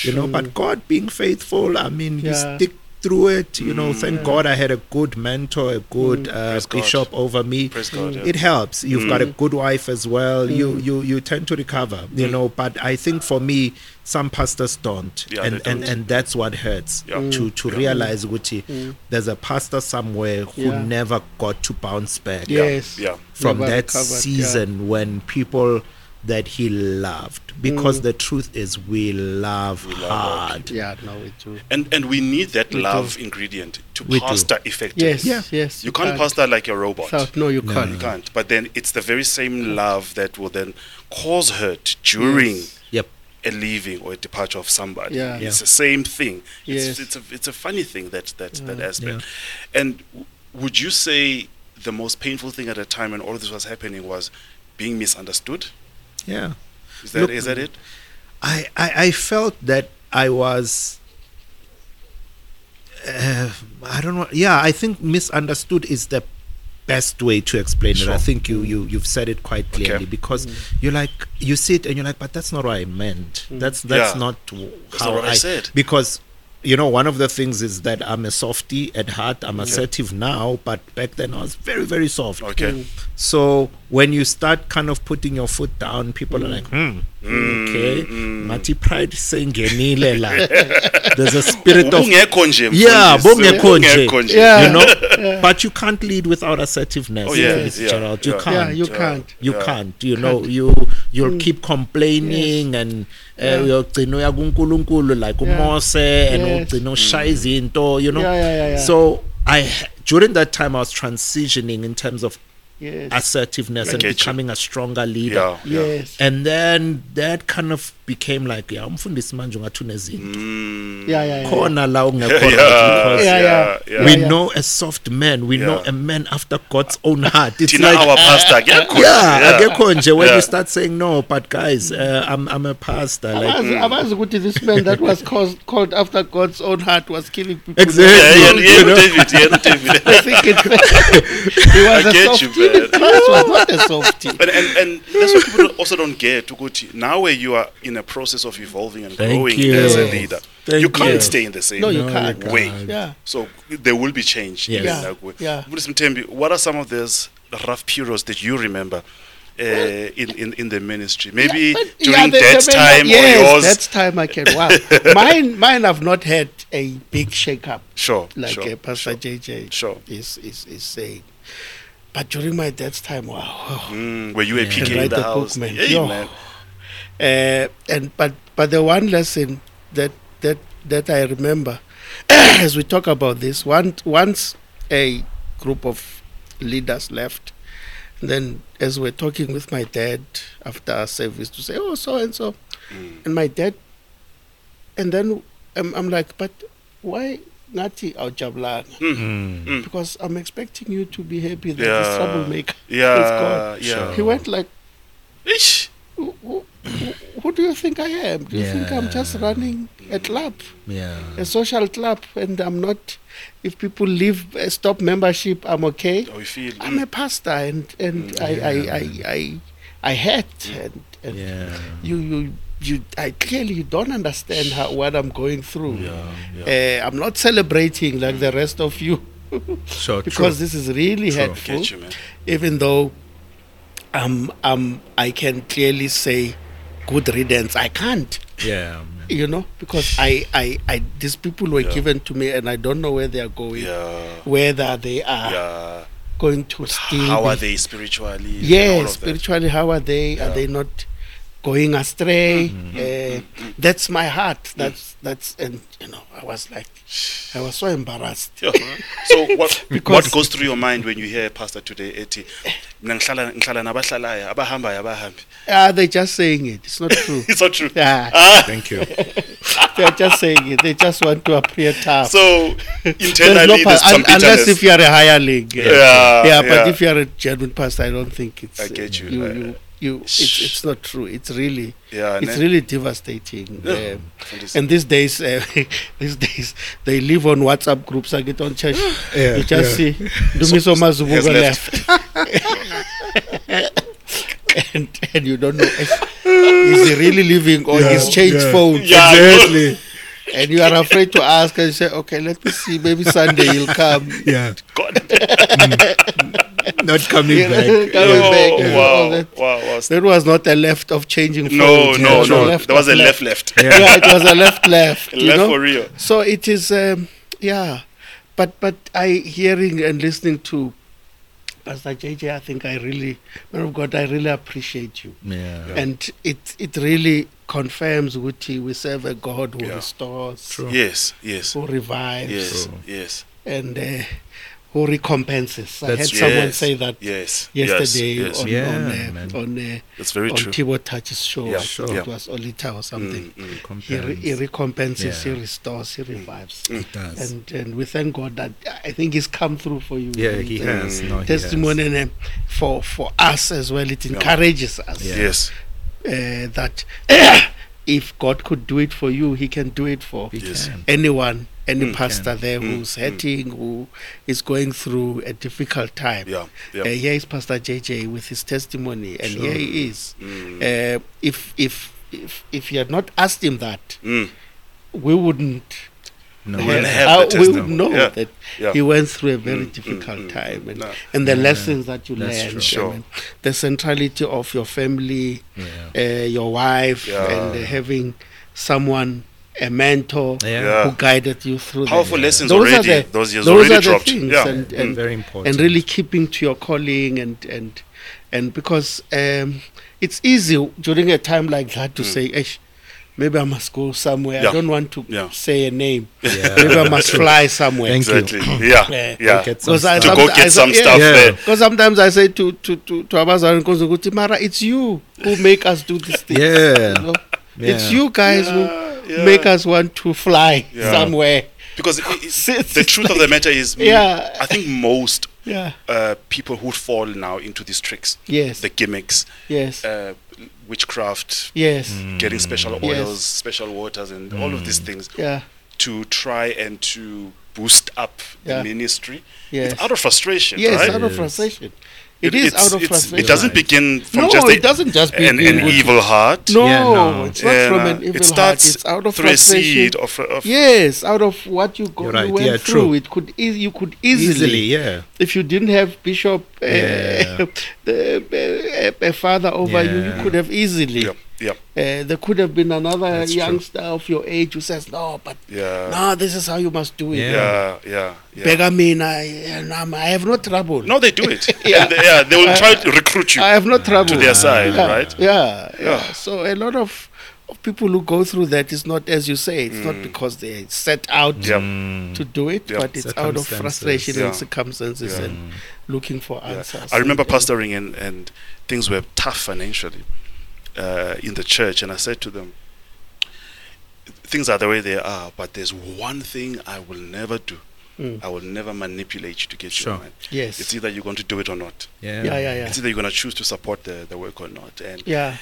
you know but god being faithful i mean Yeah. you stick through it you know thank god i had a good mentor a good uh, Mm. Praise God. bishop over me Praise Mm, God, yeah. Mm. it helps you've got a good wife as well you you you tend to recover you know but i think for me some pastors don't Yeah, and they and don't. and that's what hurts Yeah. Mm. to to realize Guti, there's a pastor somewhere who Yeah. never got to bounce back Yes. Yeah. from Never that recovered, yeah. season when people that he loved Mm. because the truth is we love, love our hard Yeah. No, we do. And and we need that We love ingredient to We do. pastor effectively. Yes. Yeah. Yes. You can't pastor like a robot. Without- No, you No. You can't. can't. But then it's the very same love that will then cause hurt during Yes. yep a leaving or a departure of somebody. Yeah. It's Yeah. the same thing. Yes. It's, it's, a, it's a funny thing that that, that Yeah. aspect. And w- would you say the most painful thing at a time when all this was happening was being misunderstood? yeah Is that is Look- that mm. it? I, I i felt that i was uh, i don't know yeah i think misunderstood is the best way to explain it i Sure. think you you you've said it quite clearly because you're like you see it and you're like but that's not what i meant that's that's Yeah. not w- That's how not what I I said. because you know, one of the things is that I'm a softy at heart. I'm assertive now, but back then I was very, very soft. Okay. Mm. So when you start kind of putting your foot down, people are like, hmm, okay, Mm. Mati Pride saying, there's a spirit of Ubungekho nje, yeah, mfundisi, bongekho nje. ubungekho nje. Yeah. You know, but you can't lead without assertiveness, Oh, yeah, Mr. yeah, Gerald. You yeah. can't. Yeah, you Mm. Yeah. can't. you Yeah. can't. You know, you you'll keep complaining and uh, uyogcina uya kuNkulunkulu like uMose and Yes. ugcina Mm. ushaya izinto. You know, Yeah, yeah, yeah, yeah. so I during that time I was transitioning in terms of Yes. assertiveness and get you. becoming a stronger leader. Yeah. yeah. yes. And then that kind of became like, yeah, umfundisi manje ungathi unezinto. Mm. Yeah, yeah, yeah. Khona la ungekho Yeah, right because yeah, Yeah, yeah, yeah. yeah. we yeah. know a soft man. We know Yeah. a man after God's own heart. It's Tina, like, our pastor. Yeah, cool. yeah, yeah. akekho nje when Yeah. you start saying no, but guys, uh, I'm I'm a pastor. Like Abazi uh, abazi ukuthi this man that was caused, called after God's own heart was killing people. Exactly. Yeah, yeah, yeah, You know? David, yeah, David. I think it's he was I a get you, softie. man. Christ was not a softie. and, and, and that's what people don't- also don't get. Ukuthi, Now where you are in a process of evolving and Thank growing you. as a leader, Thank you can't you. stay in the same No, you No, can't. you way. can't. Yeah. So there will be change. Yes. in Yeah, that way. yeah. Mr. Mthembi, what are some of those rough periods that you remember uh, in, in, in the ministry? Maybe But, during the- that the men- time yes, or yours? That's time I can. Wow. mine, mine. I've not had a big shake-up sure, like sure, uh, Pastor sure. JJ Sure. is, is is saying. But during my dad's time, wow. wow. Mm, were you a Can PK in write the a book, house? man. Hey, Yo. man. Uh, and but but the one lesson that that that I remember as we talk about this, one, once a group of leaders left, then as we're talking with my dad after our service to say, oh so and so, and my dad, and then I'm, I'm like, but why Nati Aujablan? Because I'm expecting you to be happy that Mm-hmm. Yeah. this troublemaker is Yeah, gone. yeah. He went like. Ish. Who, who, who do you think I am? Do you think I'm just running a club, yeah, a social club, and I'm not? If people leave, uh, stop membership, I'm okay. How you feel? I'm a pastor, and and Mm, I, I I I I hurt, and, and yeah, you you you. I clearly you don't understand how, what I'm going through. yeah, Uh, I'm not celebrating like the rest of you sure, because true. this is really True. I hurtful get Mm. you, man. even though um, um, I can clearly say good riddance, I can't, yeah, you know, because I, I, I these people were given to me and I don't know where they are going, Yeah, whether they are yeah. going to steal. How are they spiritually? and all of Yes, that? spiritually, how are they? Are they not going astray? Mm-hmm. Uh, that's my heart. That's, that's, and, you know, I was like, I was so embarrassed. Yeah. so what Because- what goes through your mind when you hear a pastor today ethi mina ngihlala ngihlala nabahlalayo abahambayo abahambi Ah, they're just saying it. It's not true. it's not true Yeah. ah, Thank you. They're just saying it. They just want to appear tough. so There's no internally pa- there's some un- unless bitterness if you are a higher league. Yeah. Yeah, yeah, but yeah. if you are a genuine pastor, I don't think it's. uh, I get you. you, I- you, you- it's, it's not true. It's really, yeah it's ne- really devastating. eh? Yeah. Um, Fundisi. and these days, uh, these days they live on WhatsApp groups. I get on church. Yeah, you just see, Dumiso has Mazubuga left. left, and and you don't know if is he really living or he's changed yeah. phone. Yeah, I know. Exactly. and you are afraid to ask and you say okay let me see maybe sunday he'll come Yeah, God. not coming You know, back. coming Yeah. back, Oh, yeah. All wow, that. wow, wow. there was not a left of changing no phones. There no was a no there was a of left left yeah. it was a left left you left know? for real so it is um, yeah but but i hearing and listening to pastor jj i think i really man of god i really appreciate you Yeah. and it it really confirms what we serve a god who Yeah. restores True. yes yes who revives yes True. yes and uh, who recompenses. I That's had someone yes, say that yes yesterday yes, yes. on Yeah, on, man. uh, on, uh, it's very on true Tibo Touch's show. Yeah, I sure. think It Yeah. was Olita or something. Mm, mm. He, re- he Comparisons. recompenses, Yeah. he restores, he revives. It does. And and we thank God that I think he's come through for you. yeah, And he the has. Mm. No, he Testimony Has. and, uh, for for us as well. It encourages us Yeah. yes uh, that if God could do it for you, He can do it for He Yes. can. anyone, any Mm. pastor there Mm. who's hurting, who is going through a difficult time. yeah Uh, yeah here is Pastor JJ with his testimony, and here he is. Mm, Uh, if if if if you had not asked him that, mm. we wouldn't No, We didn't yeah. have How the we test would now. know Yeah, that yeah. Mm, he went through a very difficult time, and, No. and the lessons that you That's learned, true. Sure. and the centrality of your family, Yeah. uh, your wife, Yeah. and uh, having someone, a mentor Yeah. who guided you through. Powerful the, lessons those already. Are the, Those years those already are the dropped. things, Yeah. and, and, very important. and really keeping to your calling and and and because um, it's easy during a time like that to say, "Eish, maybe I must go somewhere. Hmm. Yeah. I don't want to Yeah. say a name. Yeah. maybe I must fly somewhere." Thank you. Exactly. Yeah. Yeah. Yeah. Get some Because I To stuff. go someti- I get say- some yeah. stuff Yeah. there. Because sometimes I say to to to to Abazan Konzuguti, Mara, it's you who make us do this thing. Yeah. You know? Yeah. It's you guys who Yeah, yeah. make us want to fly Yeah. somewhere. Because it, it's- It's- the it's truth of the matter is, m- Yeah. I think most Yeah. uh, people who fall now into these tricks, Yes. the gimmicks, yes. uh, witchcraft, yes. Mm. getting special Mm. Yes. Mm. oils, special waters, and all of these things Yeah. to try and to boost up Yeah. the ministry. Yes. It's out of frustration, Yes. right? Out of Yes. frustration. it is it's- out of it's- frustration. It doesn't begin from No, just it doesn't just an, begin an with- evil heart. No, Yeah, no. it's not And, from uh, an evil it starts heart. It's out of through a frustration. seed of, of Yes, out of what you, go, You're right, you went yeah, through, true. it could eas you could Easily, yeah. if you didn't have bishop uh, Yeah. the, uh, a father over you you Yeah. could have easily Yep, yep. uh, there could have been another That's true. youngster of your age who says no but Yeah. no this is how you must do it Yeah. Uh. Yeah, yeah, yeah. beggar mean I, and I'm- I have no trouble No, they do it. Yeah. And they, yeah, they will try to recruit you. I have no trouble their side, yeah, right? yeah, yeah Yeah. so a lot of of people who go through that is not as you say it's Mm. not because they set out Yeah. Mm. to do it Yeah. but it's out of Circumstances. frustration Yeah. and circumstances Yeah. and looking for Yeah. answers Mm. I remember and- and- pastoring and, and things were tough financially uh, in the church, and I said to them, "Things are the way they are, but there's one thing I will never do. Mm. I will never manipulate you to get Sure. your mind. yes It's either you're going to do it or not. Yeah. yeah yeah yeah It's either you're going to choose to support the, the work or not. And yeah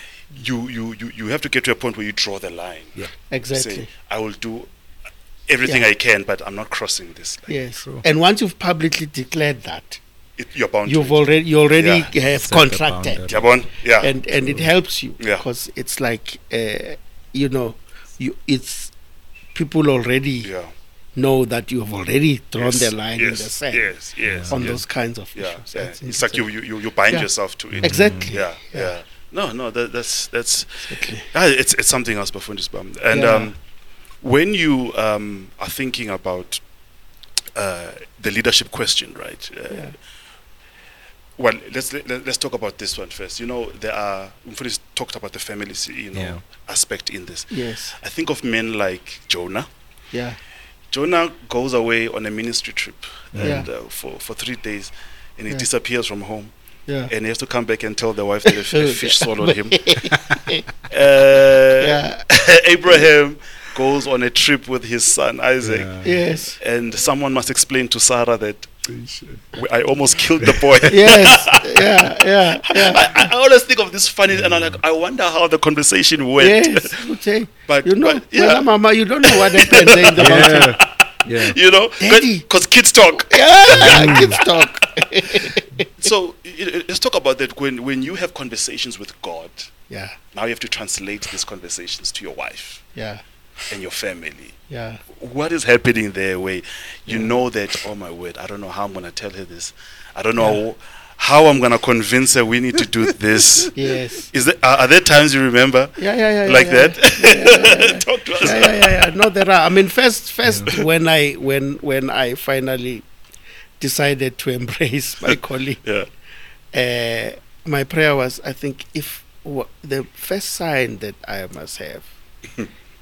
you, you, you, you have to get to a point where you draw the line. Yeah. exactly Say, I will do everything I can, but I'm not crossing this. Line. yes True. and once you've publicly declared that It, you're bound. to you've it. already you already Yeah. have Set the contracted boundary. You're bound. Yeah. and and it helps you Yeah. because it's like uh, you know you it's people already yeah. know that you have already drawn Yes, the line in the yes, sand Yes. Yes. on yes. those kinds of yeah, issues yeah. That's it's like interesting. you, you you- you bind Yeah. yourself to Mm. it. exactly Yeah, yeah. Yeah. No, no, that, that's that's Exactly. ah, it's it's something else, Bafundis Bam. And Yeah. um, when you um, are thinking about uh, the leadership question, right? Uh, Yeah. Well, let's let, let's talk about this one first. You know, there are Mfundis talked about the family, you know, Yeah. aspect in this. yes I think of men like Jonah. yeah Jonah goes away on a ministry trip and Yeah. uh, for, for three days and he Yeah. disappears from home yeah and he has to come back and tell the wife that a f- a fish swallowed him. Uh, yeah Abraham goes on a trip with his son Isaac Yeah. yes and someone must explain to Sarah that "We- I almost killed the boy. yes yeah yeah yeah I, I always think of this funny, and I'm like, I wonder how the conversation went. yes okay. But- you know but, yeah. well, mama you don't know what happened there in the mountain Yeah. yeah. You know, Daddy. because kids talk. yeah, kids talk. So y- y- let's talk about that. When when you have conversations with God, yeah, Now you have to translate these conversations to your wife yeah, and your family. yeah, What is happening there? Where you know that, oh my word, I don't know how I'm going to tell her this. I don't know how I'm going to convince her we need to do this. yes. Is there, are, are there times you remember Yeah, yeah, yeah. like yeah, that? Talk to us. Yeah, yeah, yeah, yeah. No, there are. I mean, first, first, when I when when I finally decided to embrace my colleague, Yeah. uh, my prayer was, I think, if w- the first sign that I must have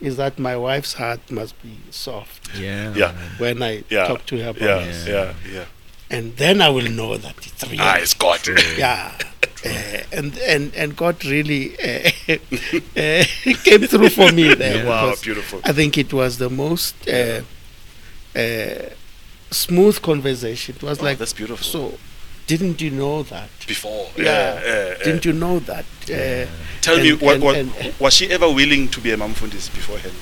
is that my wife's heart must be soft Yeah. Yeah. when I Yeah. talk to her about Yeah, yeah, it, Yeah. yeah, and then I will know that it's real. Ah, it's God. yeah Uh, and and and God really uh, uh, came through for me there. wow, because beautiful. I think it was the most uh, uh, smooth conversation. It was Oh, like that's beautiful. so. Didn't you know that? Before, yeah. Yeah. yeah, yeah. Didn't you know that? Uh, Tell me, and- what, and- what, and- was she ever willing to be a mumfundis beforehand?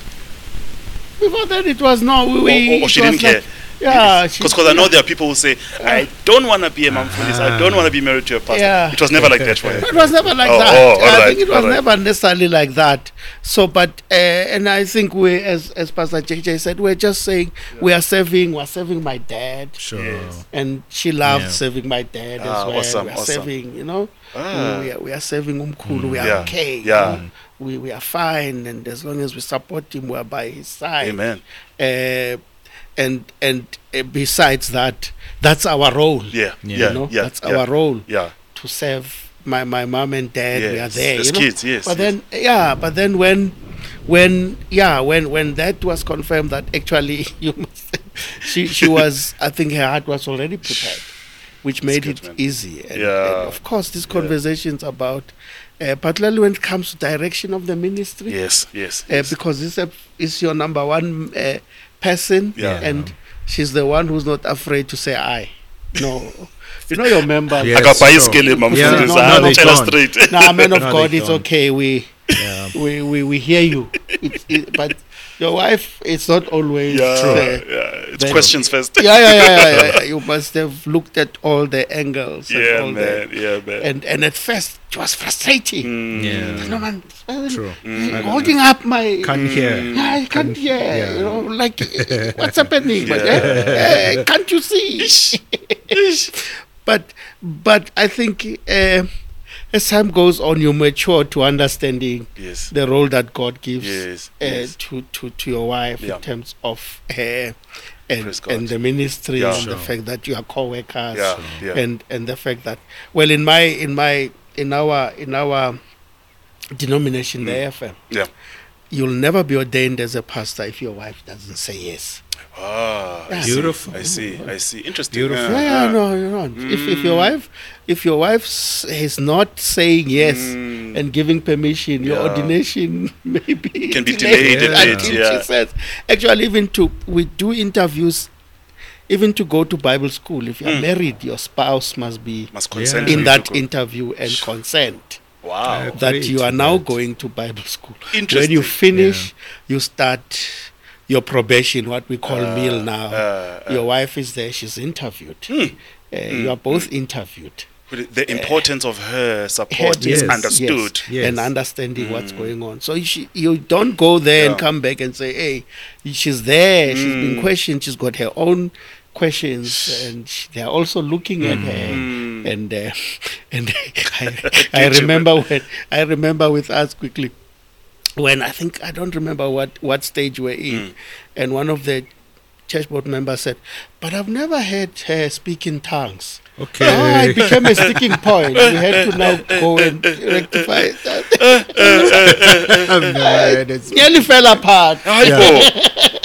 before that, it was no. Or, or We, it Oh, she was didn't like- care? Yeah, she- Because I know there are people who say, I don't want to be a mamfulis, I don't want to be married to a pastor. Yeah. It was never like that for him. It was never like Oh, that. oh, all I right, think it all was right. never necessarily like that. So, but uh, and I think we, as as Pastor JJ said, we're just saying we are serving. We're serving my dad, Sure. Yes. and she loved Yeah. serving my dad Ah, as well. awesome, we're awesome. serving, you know, Ah. we, are, we are serving Umkhulu. Mm. We are Yeah, okay. you yeah. know. we we are fine, and as long as we support him, we are by his side. Amen. Uh, and and uh, besides that, that's our role. Yeah. Yeah. You Yeah. you know, yeah, that's our role Yeah. to serve my my mom and dad. we are Yes, there, as you know. kids, yes, yes. But then, yeah, but then when, when yeah, when when that was confirmed that actually you, must, she she was I think her heart was already prepared, which made good, it man. easy. And, Yeah. and of course, these conversations about, uh, particularly when it comes to direction of the ministry, Yes. Yes. uh, because this uh, is your number one uh, person, Yeah. and she's the one who's not afraid to say I. No, you know your members. Yeah. I got Yes, by sure. scale, Yeah, mamfulis. no, I no, tell her they straight. nah, man of No, God, they it's don't. okay. We, Yeah. we, we, we hear you. It's, it, but your wife, it's not always. Yeah. uh, yeah. It's Then- questions first. yeah, yeah, yeah, yeah, yeah. You must have looked at all the angles. and Yeah, all man. the- Yeah, man. and and at first it was frustrating. Mm. Yeah. No man, True. Mm. you're holding up my. Can't hear. yeah, I can't hear. yeah. You know, like eh, what's happening? But, Yeah. eh, eh, can't you see? but but I think uh, as time goes on, you mature to understanding Yes. the role that God gives Yes. uh, yes. to, to to your wife Yeah. in terms of uh, Praise and, God. and the ministry Yeah. and Sure. the fact that you are co-workers Yeah. Yeah. and and the fact that well in my in my in our in our denomination the AFM Mm. Yeah. you'll never be ordained as a pastor if your wife doesn't say yes Ah, I Yeah. see, Beautiful. I see. I see. Interesting. Beautiful. Ah, yeah, ah. yeah, no, you're not. If, if your Mm. wife, if your wife s- is not saying yes Mm. and giving permission, your Yeah. ordination maybe Can be delayed a bit, until yeah. she says. Actually, even to we do interviews, even to go to Bible school. If you're Mm. married, your spouse must be Must consent for Yeah. in you to that go. interview and consent wow. Uh, that Great, you are now great. going to Bible school. When Interesting. you finish, you start your probation, what we call Uh, meal now. uh, Hmm. uh, Your wife is there, she's interviewed. Uh, You are both Hmm. interviewed But the importance of her support Yes, is yes. understood. Yes. and understanding what's going on. So she, you don't go there and Mm. Yeah. Mm. come back and say, hey, she's there, she's been questioned, she's got her own questions and sh they're also looking at her and uh, and I, I Mm. Did you- remember when I remember with us quickly when I think I don't remember what what stage we're Mm. in and one of the church board members said but I've never heard her speak in tongues Okay. Oh, it became a sticking point. We had to now go and rectify that. Eh, Man, it's- nearly fell apart. Haibo.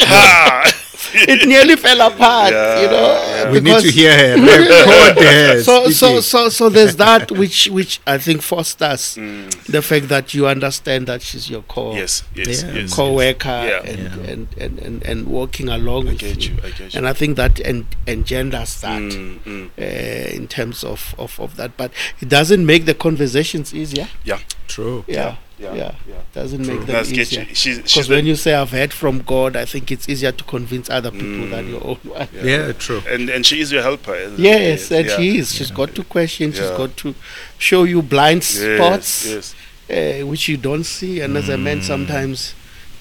Ha. It nearly fell apart. Yeah, you know, yeah. we need to because- hear her. Record her. So, so, speaking. so, so there's that which, which I think fosters the fact that you understand that she's your co Mm. Yes, yes, Yeah. yes. co-worker Yeah. And, Yeah. And, and, and and walking along I with get you, I get you. and I think that en- engenders that. Mm, mm. Uh, in terms of, of, of that, but it doesn't make the conversations easier. Yeah, True. Yeah, yeah, yeah, yeah. doesn't make them that's get easier. you. She's, she's Because the, when you say I've heard from God, I think it's easier to convince other people Mm. than your own wife. Yeah. true. and and she is your helper. isn't it? Yes, and yeah. she is. She's got to question. She's Yeah. got to show you blind Yes, spots Yes, Mm. Uh, which you don't see. And as a man, sometimes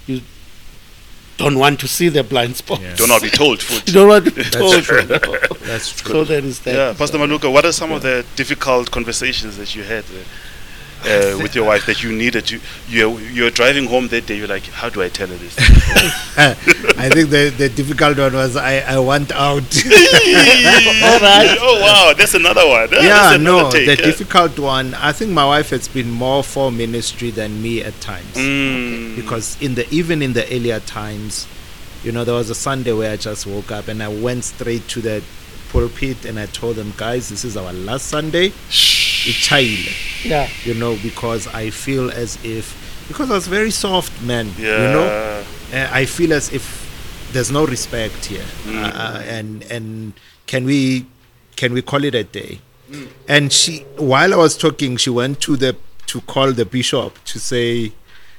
you don't want to see the blind spots. Yeah. do not be told. Food. You don't want to be That's told. true. That's true. So there is that. Yeah, Pastor Maluka, what are some of the difficult conversations that you had uh, uh, with your wife that you needed to? You're you're driving home that day. You're like, how do I tell her this? I think the, the difficult one was I, I want out. All right. Oh wow, that's another one. That's yeah, another no, take, the yeah. difficult one. I think my wife has been more for ministry than me at times Mm. because in the even in the earlier times, you know, there was a Sunday where I just woke up and I went straight to the pulpit and I told them, guys, this is our last Sunday. Itchaile, Yeah. you know, because I feel as if because I was very soft, man. yeah. You know, uh, I feel as if there's no respect here, uh, and and can we can we call it a day? And she, while I was talking, she went to the to call the bishop to say,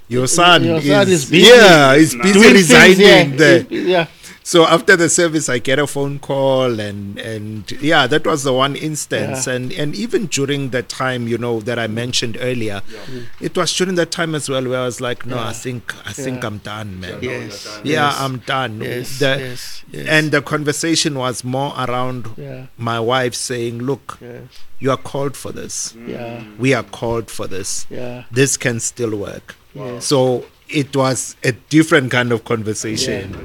your son, Your son is busy yeah, he's busy Doing things, resigning yeah, there. Yeah. So after the service, I get a phone call, and and yeah, that was the one instance. Yeah. And and even during the time, you know, that I mentioned earlier, it was during that time as well where I was like, no, I think I think Yeah. I'm done, man. Yeah, Yes. done. yeah, Yes. I'm done. Yes, The- yes, yes. And the conversation was more around Yeah. my wife saying, look, Yes. you are called for this. Mm. Yeah. We are called for this. Yeah. This can still work. Yes. So it was a different kind of conversation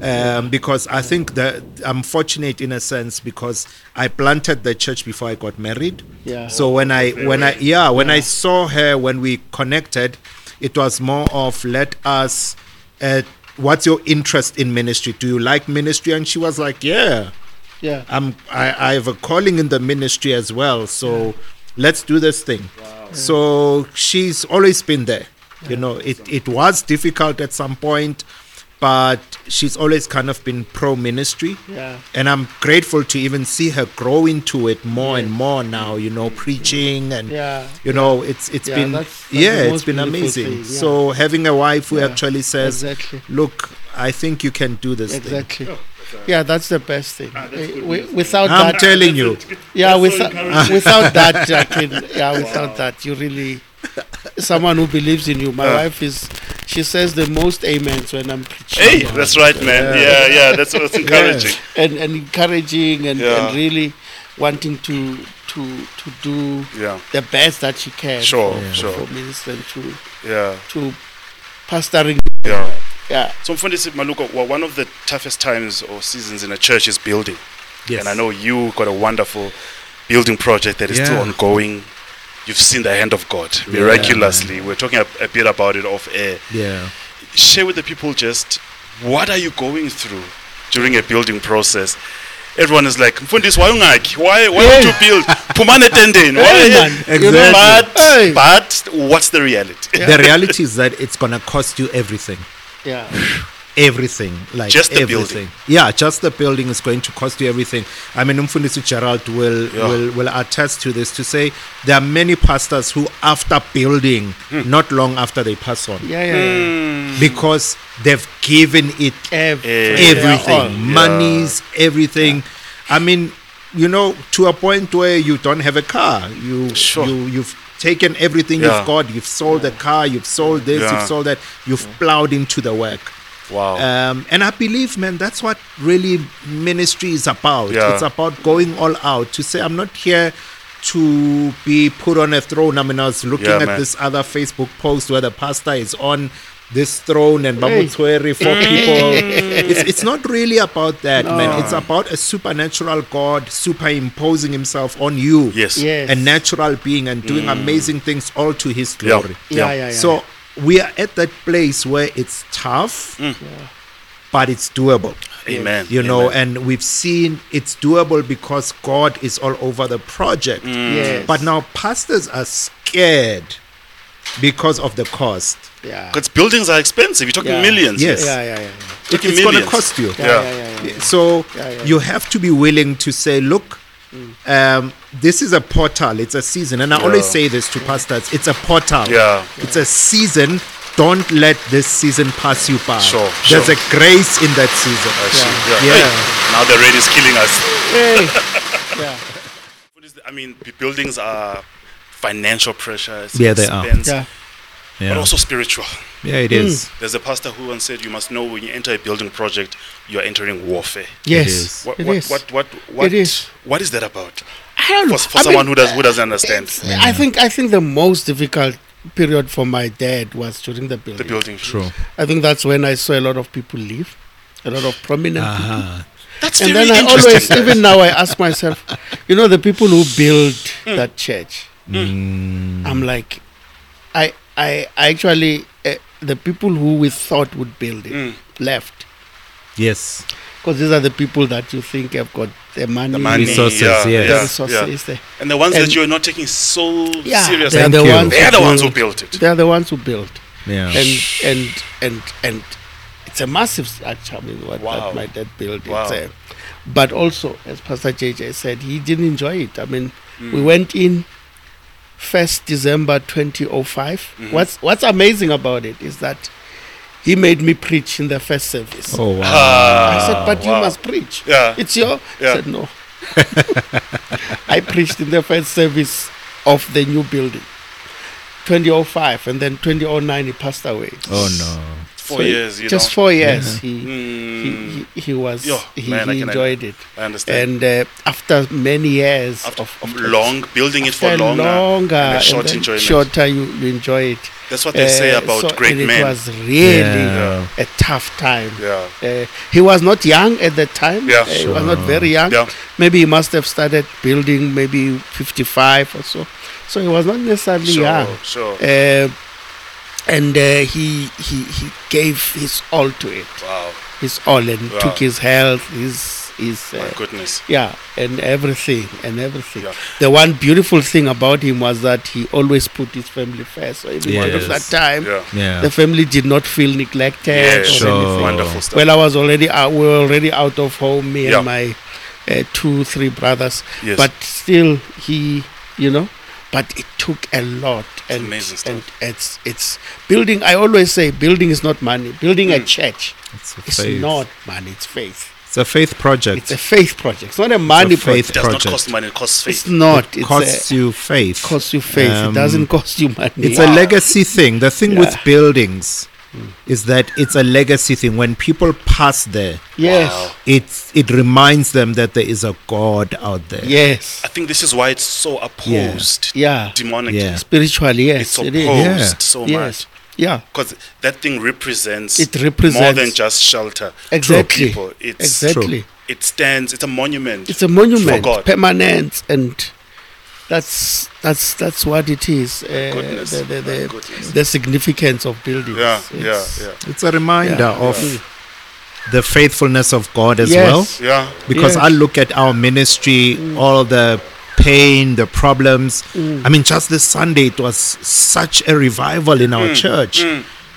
um, because I think that I'm fortunate in a sense because I planted the church before I got married. Yeah. So when I when I yeah when I saw her when we connected, it was more of let us. Uh, what's your interest in ministry? Do you like ministry? And she was like, yeah. Yeah. I'm I, I have a calling in the ministry as well. So let's do this thing. So she's always been there. You know, it, it was difficult at some point, but she's always kind of been pro ministry. Yeah. And I'm grateful to even see her grow into it more and more now, you know, preaching and Yeah. you know, it's it's Yeah, been that's- that's the yeah, it's most been beautiful amazing. thing, yeah. So having a wife who Yeah, actually says, exactly. "Look, I think you can do this thing." Exactly. Oh, Yeah, that's the best thing. uh, Ah, that's Eh, good wi- news. without I'm that, telling you. That's yeah, so without encouraging. without that, I can, yeah, without that, you really someone who believes in you. Ah. My wife is, she says the most amens when I'm preaching, Hey, that's right, man. Yeah, yeah, that's what's encouraging. and and encouraging and, Yeah. and really wanting to to to do Yeah, the best that she can. sure, for, sure. for ministering to Yeah, to pastoring. yeah. Yeah, So, Mfundisi Maluko, well, one of the toughest times or seasons in a church is building. Yes. And I know you got a wonderful building project that is still Yeah. ongoing. You've seen the hand of God miraculously. We're talking a, a bit about it off air. Yeah. Share with the people just what are you going through during a building process? Everyone is like, Mfundis, why ungaki? Why why don't you build? Pumane tendeni. Hey, Why? man. You know, But, hey. but what's the reality? the reality is that it's gonna cost you everything yeah, everything like Just the everything building. yeah just the building is going to cost you everything i mean umfundisi gerald will, Yeah. will will attest to this to say there are many pastors who after building Hmm. not long after they pass on yeah, yeah, Hmm. yeah. because they've given it Ev- everything Yeah, all. monies everything i mean you know to a point where you don't have a car you Sure. you you've taken everything Yeah. you've got you've sold the car you've sold this Yeah. you've sold that you've plowed into the work Wow. um, and I believe, man, that's what really ministry is about. Yeah. It's about going all out to say, I'm not here to be put on a throne. I mean, I was looking Yeah, at man. this other Facebook post where the pastor is on this throne and Hey. Mm. Bamutsweri for people. it's, it's not really about that, man. It's about a supernatural God superimposing himself on you. yes. Mm. Yes. A natural being and doing amazing things all to his Yeah. glory. Yeah, yeah, yeah. So we are at that place where it's tough, but it's doable. Mm. Amen. You know, uh, Amen. and we've seen it's doable because God is all over the project. Mm. Yes. But now pastors are scared because of the cost. yeah, Because buildings are expensive. You're talking Yeah. millions. Yes. yeah, yeah, yeah. It- Talking it's going to millions. cost you. Yeah. Yeah, yeah, yeah, yeah, yeah. So Yeah, Mm. yeah, you have to be willing to say, look, um, this is a portal, it's a season. And I always Yeah. say this to pastors it's a portal, Yeah. it's a season. Don't let this season pass you by. Sure, There's sure. a grace in that season. I see. Yeah. Hey, now the rain is killing us. yeah. What is the- I mean, the buildings are financial pressure. It's Yeah, they are. expense, yeah. But also spiritual. Yeah, it is. There's a pastor who once said, "You must know when you enter a building project, you are entering warfare." Yes, What it what, is. what what what It is. what is that about? I don't know. For, for I someone who mean, does who doesn't understand it's- I think I think the most difficult period for my dad was during the the building. building. True. I think that's when I saw a lot of people leave, a lot of prominent people. Ah, That's And very then I always, interesting. even now, I ask myself, you know, the people who build Hmm. that church. mm. I'm like, I I I actually uh, the people who we thought would build it Hmm. left Yes. because these are the people that you think have got the money, the money, Resources, yeah, yes. yeah, the resources. yeah. They, and the ones that And- you are not taking so yeah, seriously. they are Thank the you. ones. They are the ones who build- built it. They are the ones who built. Yeah. and and and and it's a massive structure. I mean, what Wow. that my dad built. Wow. It's a, but also, as Pastor JJ said, he didn't enjoy it. I mean, Hmm. we went in oh Mm-hmm. first December 2005. What's what's amazing about it is that he made me preach in the first service. Oh wow! Ah, I said, but you wow. must preach. Yeah. It's your. Yeah. I said, no. I preached in the first service of the new building, 2005, and then 2009 he passed away. Oh no! four So he- years, you just know. four years. He, Mm, he, he, he was. Yo, he man, I he can- enjoyed it. I understand. And uh, after many years After of, of long building it for after longer, longer and a short then enjoyment. shorter you, you enjoy it. That's what they say Uh, about so- great and men. It was really Yeah. a tough time. yeah, Uh, he was not young at that time. Yeah. Uh, He was not very young. Yeah. Maybe he must have started building maybe 55 or so. So he was not necessarily sure, young. sure. Uh, and uh, he, he he gave his all to it, wow, his all, and Wow. took his health, his his my uh, goodness. yeah, and everything and everything. Yeah. The one beautiful thing about him was that he always put his family first. So even yes. of that Yes. time, Yeah, Yeah. the family did not feel neglected yeah, or sure. anything. wonderful stuff. Well, I was already out, we were already out of home, me Yeah. and my uh, two, three brothers. Yes. But still, he, you know, but it took a lot. And, amazing stuff. and it's it's building. I always say building is not money. Building Mm. a church It's a is faith. not money. It's faith. It's a faith project. It's a faith project. It's not a money faith it project. does project. not cost money; it costs It's faith. not. it It's costs a, you faith. costs you faith. Um, it doesn't cost you money. It's a legacy thing. The thing with Yeah. Mm. buildings is that it's a legacy thing. When people pass there, yes. Wow. it's it reminds them that there is a God out there. Yes. I think this is why it's so opposed. Yeah. demonic. Yeah. Spiritually, It's yes, it opposed is. Yeah. so Yes. much Yeah. because that thing represents It more represents- than just shelter. Exactly. For people, it's Exactly. it stands. It's a monument. It's a monument, God. permanent, and that's that's that's what it is. Uh, goodness. the, the, My the, goodness. the significance of buildings. yeah, yeah, It's- yeah, It's a reminder Yeah. Mm. of the faithfulness of God as Yes. well. yeah. Because Yes. I look at our ministry, all the pain, the problems. Mm. I mean, just this Sunday, it was such a revival in our Mm. church.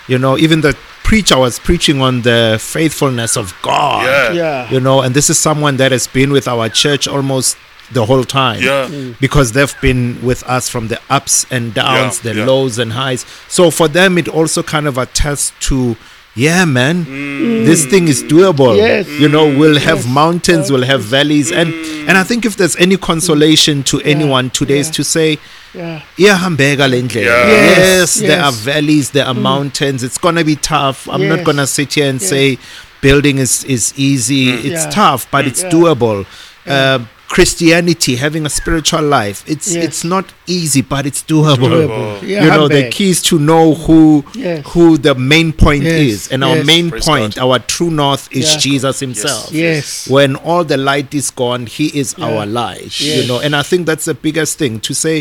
You know, even the preacher was preaching on the faithfulness of God. Yeah. Yeah. You know, and this is someone that has been with our church almost the whole time. Yeah. Mm. Because they've been with us from the ups and downs, Yeah, the yeah. lows and highs. So for them, it also kind of attests to, yeah, man, Mm. this thing is doable. Yes. You know, we'll have mountains, we'll have valleys, and Mm. and I think if there's any consolation to anyone today is yeah. to say. yeah. Yeah, hambega lendle. Yeah. Yes, Yes, there yes. Mm. are valleys, there are mountains. It's gonna be tough. I'm not Yes. gonna sit here and Yes. say building is is easy. Mm. It's Yeah. Mm. tough, but it's Yeah. doable. Uh, Christianity, having a spiritual life, it's Yes. it's not easy, but it's doable. Doable. Yeah, you know, the handbag. key is to know who Yes. who the main point Yes, is, and our yes. main Praise point, God. our true north, is Yeah. Jesus Himself Yes. when all the light is gone he is our light you Yes. know and i think that's the biggest thing to say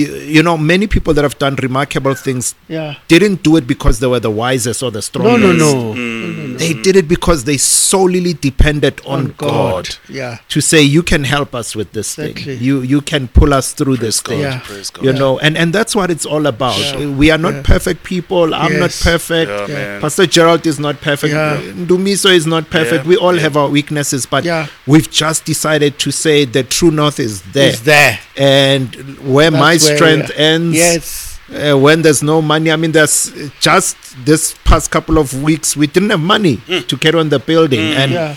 you, you know many people that have done remarkable things Yeah. didn't do it because they were the wisest or the No, strongest no, no. Mm. they did it because they solely depended on, On god. God. Yeah. to say you can help us with this Exactly. thing you you can pull us through this God, thing Yeah. praise God. you know and and that's what it's all about Yeah. we are not Yeah. perfect people i'm not Yes. perfect Yeah, man. pastor gerald is not perfect Yeah. dumiso is not perfect Yeah. we all Yeah. have our weaknesses but Yeah. we've just decided to say the true north is there It's there. and where That's my where- strength ends Yes. uh, when there's no money i mean there's uh, just this past couple of weeks we didn't have money to carry on the building and Hmm. Yeah.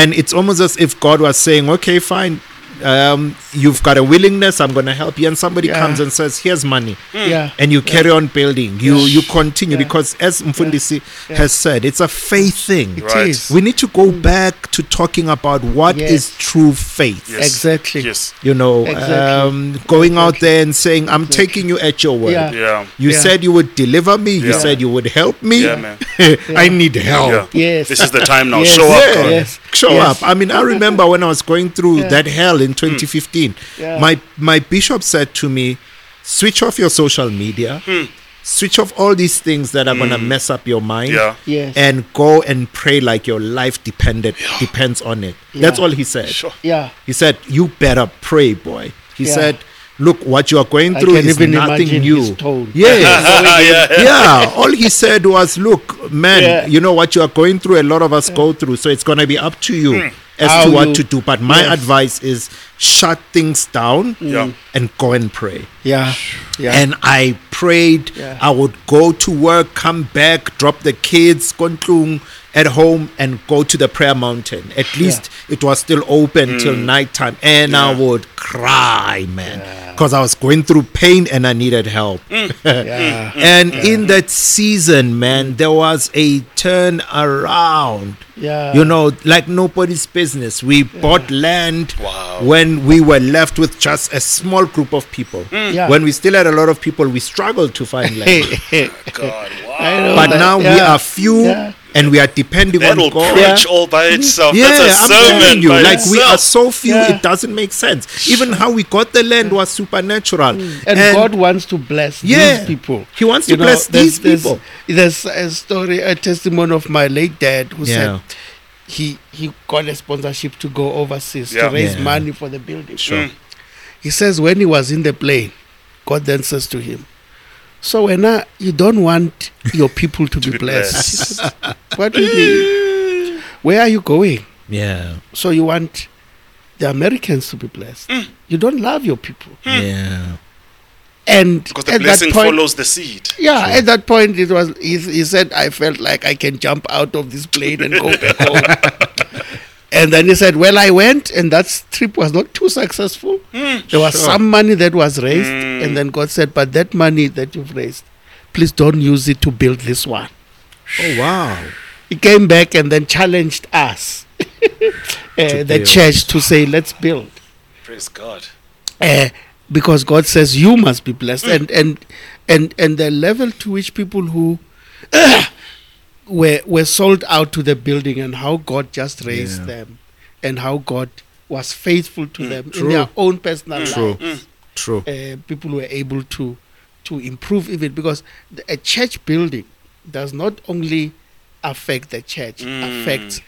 and it's almost as if god was saying okay fine um, you've got a willingness i'm going to help you and somebody Yeah. comes and says here's money Mm. Yeah. and you carry on building you Yeah. you continue Yeah. because as mfundisi Yeah. has said it's a faith thing It Right. is. we need to go back to talking about what is Yes. true faith Yes. Exactly. Yes. you know Exactly. um, going out there and saying i'm taking you at your word Yeah. Yeah. you Yeah. said you would deliver me you Yeah. said you would help me Yeah, man. i need help Yeah. Yes. This is the time now. Yes. Show up, Oh, Yeah. God. Yes. Show Yes. up. I mean, I remember when I was going through Yeah. that hell Hmm. in 2015. Yeah. My my bishop said to me, "Switch off your social media. Hmm. Switch off all these things that are gonna mess up your mind. Yeah. Yes. And go and pray like your life depended depends on it. That's Yeah. all he said. Sure. yeah. He said, "You better pray, boy." He Yeah. said, "Look, what you are going I through can is even nothing imagine new." his tone. Yes yeah. yeah, all he said was, "Look, man, Yeah. you know what you are going through. A lot of us go through, so it's gonna be up to you as How to what you- to do. But my Yes. advice is shut things down Yeah. and go and pray. Yeah. Yeah. And I prayed. Yeah. I would go to work, come back, drop the kids, kontlung at home, and go to the prayer mountain. At least it was still open Mm. till nighttime, and I would cry, man, because I was going through pain and I needed help. Mm. yeah. and in that season, man, there was a turn around. Mm. Yeah. You know, like nobody's business. We bought land Wow. when we were left with just a small group of people. Yeah. When we still had a lot of people, we struggled to find land. God, wow. know but that- now we yeah. are few Yeah. and we are depending That will on God. preach all by itself. Yeah, That's a I'm telling sermon you, by like itself. we are so few, Yeah. it doesn't make sense. Even how we got the land was supernatural. Mm. and, God wants to bless Yeah. these people. He wants to You know, bless there's- these there's- people. There's a story, a testimony of my late dad who Yeah. said he he got a sponsorship to go overseas Yeah. to raise Yeah. money for the building. Sure. Mm. He says when he was in the plane, God then says to him, "So when I, you don't want your people to, be, be blessed, He said, what do you mean? Where are you going? Yeah. So you want the Americans to be blessed? Mm. You don't love your people." Hmm. Yeah. And Because the at blessing that point, follows the seed. Yeah, at that point it was he, he said I felt like I can jump out of this plane and go back home. And then he said, Well, I went, and that trip was not too successful. Mm. there was some money that was raised, and then God said, But that money that you've raised, please don't use it to build this one. Oh wow. He came back and then challenged us, uh, the build. church, to say, Let's build Praise God. uh, because God says you must be blessed, Mm. and and and and the level to which people who were were sold out to the building, and how God just raised Yeah. Mm, them, and how God was faithful to them in True. Mm, their own personal True. life. True. Uh, people were able to to improve even because the, a church building does not only affect the church, Mm. affects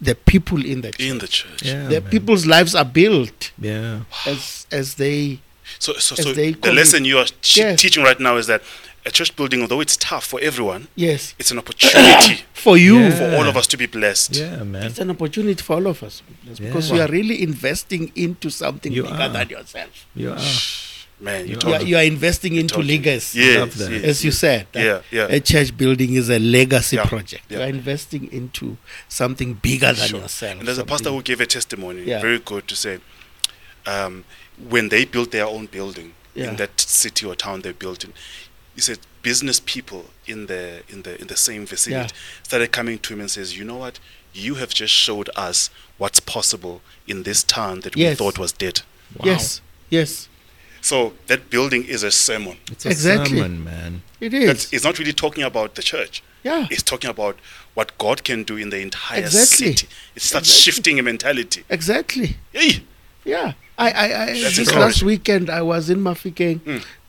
the people in the church. In the church. the people's lives are built Yeah. as as they So, so, As so they the call lesson you are ch- Yes. teaching right now is that a church building, although it's tough for everyone, yes it's an opportunity for you Yeah. for all of us to be blessed. Yeah, man. It's an opportunity for all of us yes, because Yeah. you are really investing into something You bigger are. than yourself. You are. Man, you Yeah. talk You are, you are investing into told you. legacy, Yes, love that. yes. as you said. Yeah, yeah. A church building is a legacy Yeah, project. yeah. You are investing into something bigger than Sure. yourself. And there's a pastor who gave a testimony, Yeah. very good, to say um, when they built their own building Yeah. in that city or town they built in, he said business people in the in the in the same vicinity started coming to him and says, you know what, you have just showed us what's possible in this town that we Yes. thought was dead. Wow. Yes, yes, So that building is a sermon. It's a Exactly. sermon, man. it That's, is. it's not really talking about the church. Yeah. It's talking about what God can do in the entire Exactly. city. It starts Exactly. shifting a mentality. Exactly. Hey, Yeah, I, I, I That's this encouraging. last weekend I was in Mafikeng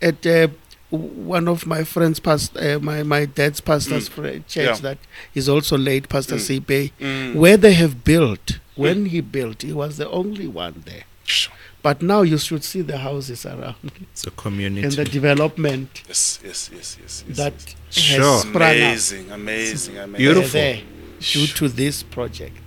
at uh, w- one of my friends, past uh, my my dad's pastor's fri- church Yeah. that is also late, Pastor mm. Mm. where they have built. When he built, he was the only one there. But now you should see the houses around It's a community. and the development Yes, yes, yes, yes. yes that yes. has Sure. sprung up amazing, amazing, amazing. Beautiful. there due to this project.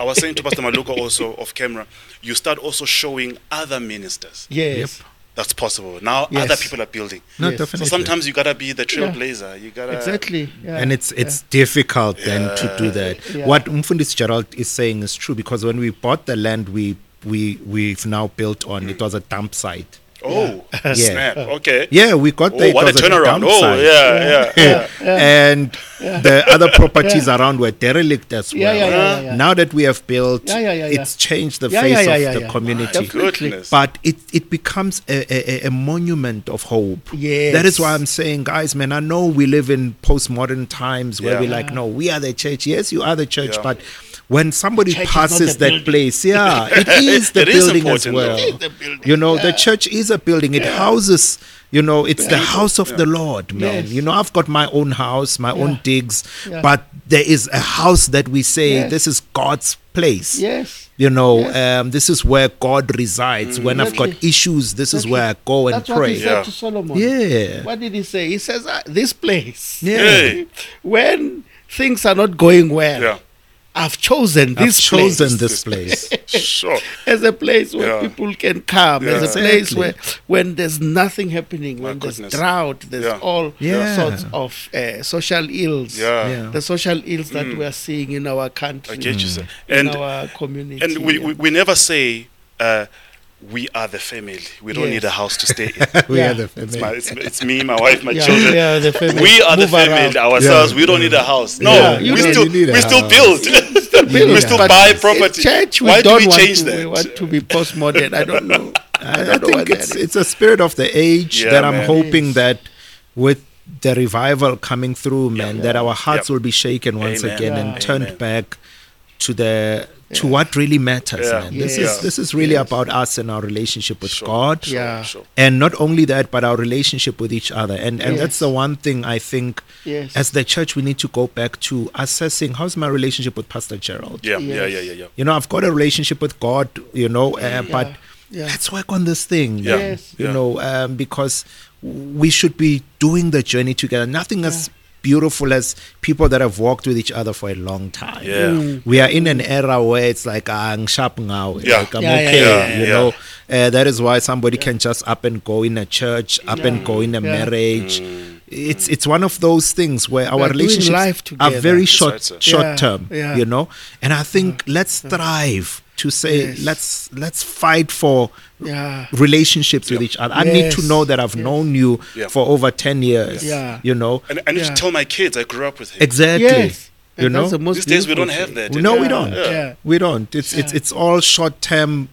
I was saying to Pastor Maluka also off camera, you start also showing other ministers Yes, that's possible. Now Yes. other people are building. no, Yes. So So definitely. sometimes you gotta be the trailblazer. You gotta exactly. Yeah. and it's it's difficult then to do that. Yeah. What Mfundis Gerald is saying is true because when we bought the land, we we we've now built on. It was a dump site. Oh snap. Okay. Yeah, we got there. Oh, it what a was dump turnaround. Oh site. yeah, yeah. yeah. and the other properties around were derelict as well. Yeah, yeah, yeah, yeah, yeah. Now that we have built, Yeah, yeah, yeah, yeah. it's changed the Yeah, face yeah, yeah, of yeah, the yeah. community. Definitely. Goodness. But it, it becomes a, a, a- a monument of hope. Yes. That is why I'm saying, guys, man, I know we live in postmodern times where Yeah. we're like, no, we are the church. Yes, you are the church. Yeah. But when somebody Church is not passes the that building. place, yeah, it is the It is building as important, well. though. It is the building, You know, the church is a building, it houses. You know, it's the house of the Lord, man. Yes. You know, I've got my own house, my own Yeah. digs, Yeah. but there is a house that we say Yes. this is God's place. yes. You know, Yes. um, this is where God resides. When I've got Exactly. issues, this is where I go and That's what pray. he said Yeah. to Solomon. Yeah. What did he say? He says, "Ah, "This place, Yeah. Hey. when things are not going well, Yeah. I've chosen I've this chosen place this place. sure. as a place where Yeah. people can come, as a Yeah. place Exactly. where when there's nothing happening, when goodness. there's drought, there's Yeah. all Yeah. sorts of uh, social ills. Yeah. Mm. Yeah. The social ills that we are seeing in our country, I get you, sir. Mm. in And our community. and we, we, we never say uh, we are the family. We don't Yes. need a house to stay in. we Yeah. are the It's, family. my, it's, it's me, my wife, my Yeah, children. we are the family. We are the Move around. family ourselves. Yeah. We don't need a house. No, Yeah, you we don't still need a we still house. build. build, we still but buy it's property. Church, we Why don't do we want change to, that? We want to be postmodern. I don't know. I I, I don't know what think that it's is. it's a spirit of the age Yeah, that I'm man. hoping that with the revival coming through, man, that our hearts Yep. will be shaken once Amen. again Yeah. and turned Amen. back to the to what really matters, Yeah. man. This Yes. is this is really Yes. about us and our relationship with Sure, God. sure, Yeah. sure. And not only that, but our relationship with each other. And and that's Yes. the one thing I think Yes. as the church we need to go back to assessing how's my relationship with Pastor Gerald? Yeah, yeah, Yes. yeah, yeah, yeah. You know, I've got a relationship with God, you know, uh, but Yeah. let's work on this thing. Yeah. Yes. You Yeah. know, um, because we should be doing the journey together. Nothing as beautiful as people that have walked with each other for a long time. Yeah. Mm. We are in an era where it's like, ah, I'm sharp now. Yeah. Like, I'm Yeah, yeah, okay. yeah, yeah, you yeah. know, uh, that is why somebody can just up and go in a church, up and Yeah. go in a Yeah. marriage. Mm. It's it's one of those things where We our are doing relationships life are together. very short That's right, sir. short Yeah, term. yeah. You know, and I think let's strive to say Yes. let's let's fight for Yeah. relationships with Yeah. each other. I need to Yes. know that I've known you Yeah. for over 10 years. Yeah. You know, And I need to Yeah. tell my kids I grew up with him. exactly. Yes. You And know, that's the most These days we beautiful don't have thing. that. no, we Yeah. don't. Yeah. Yeah. We don't. It's it's it's all short term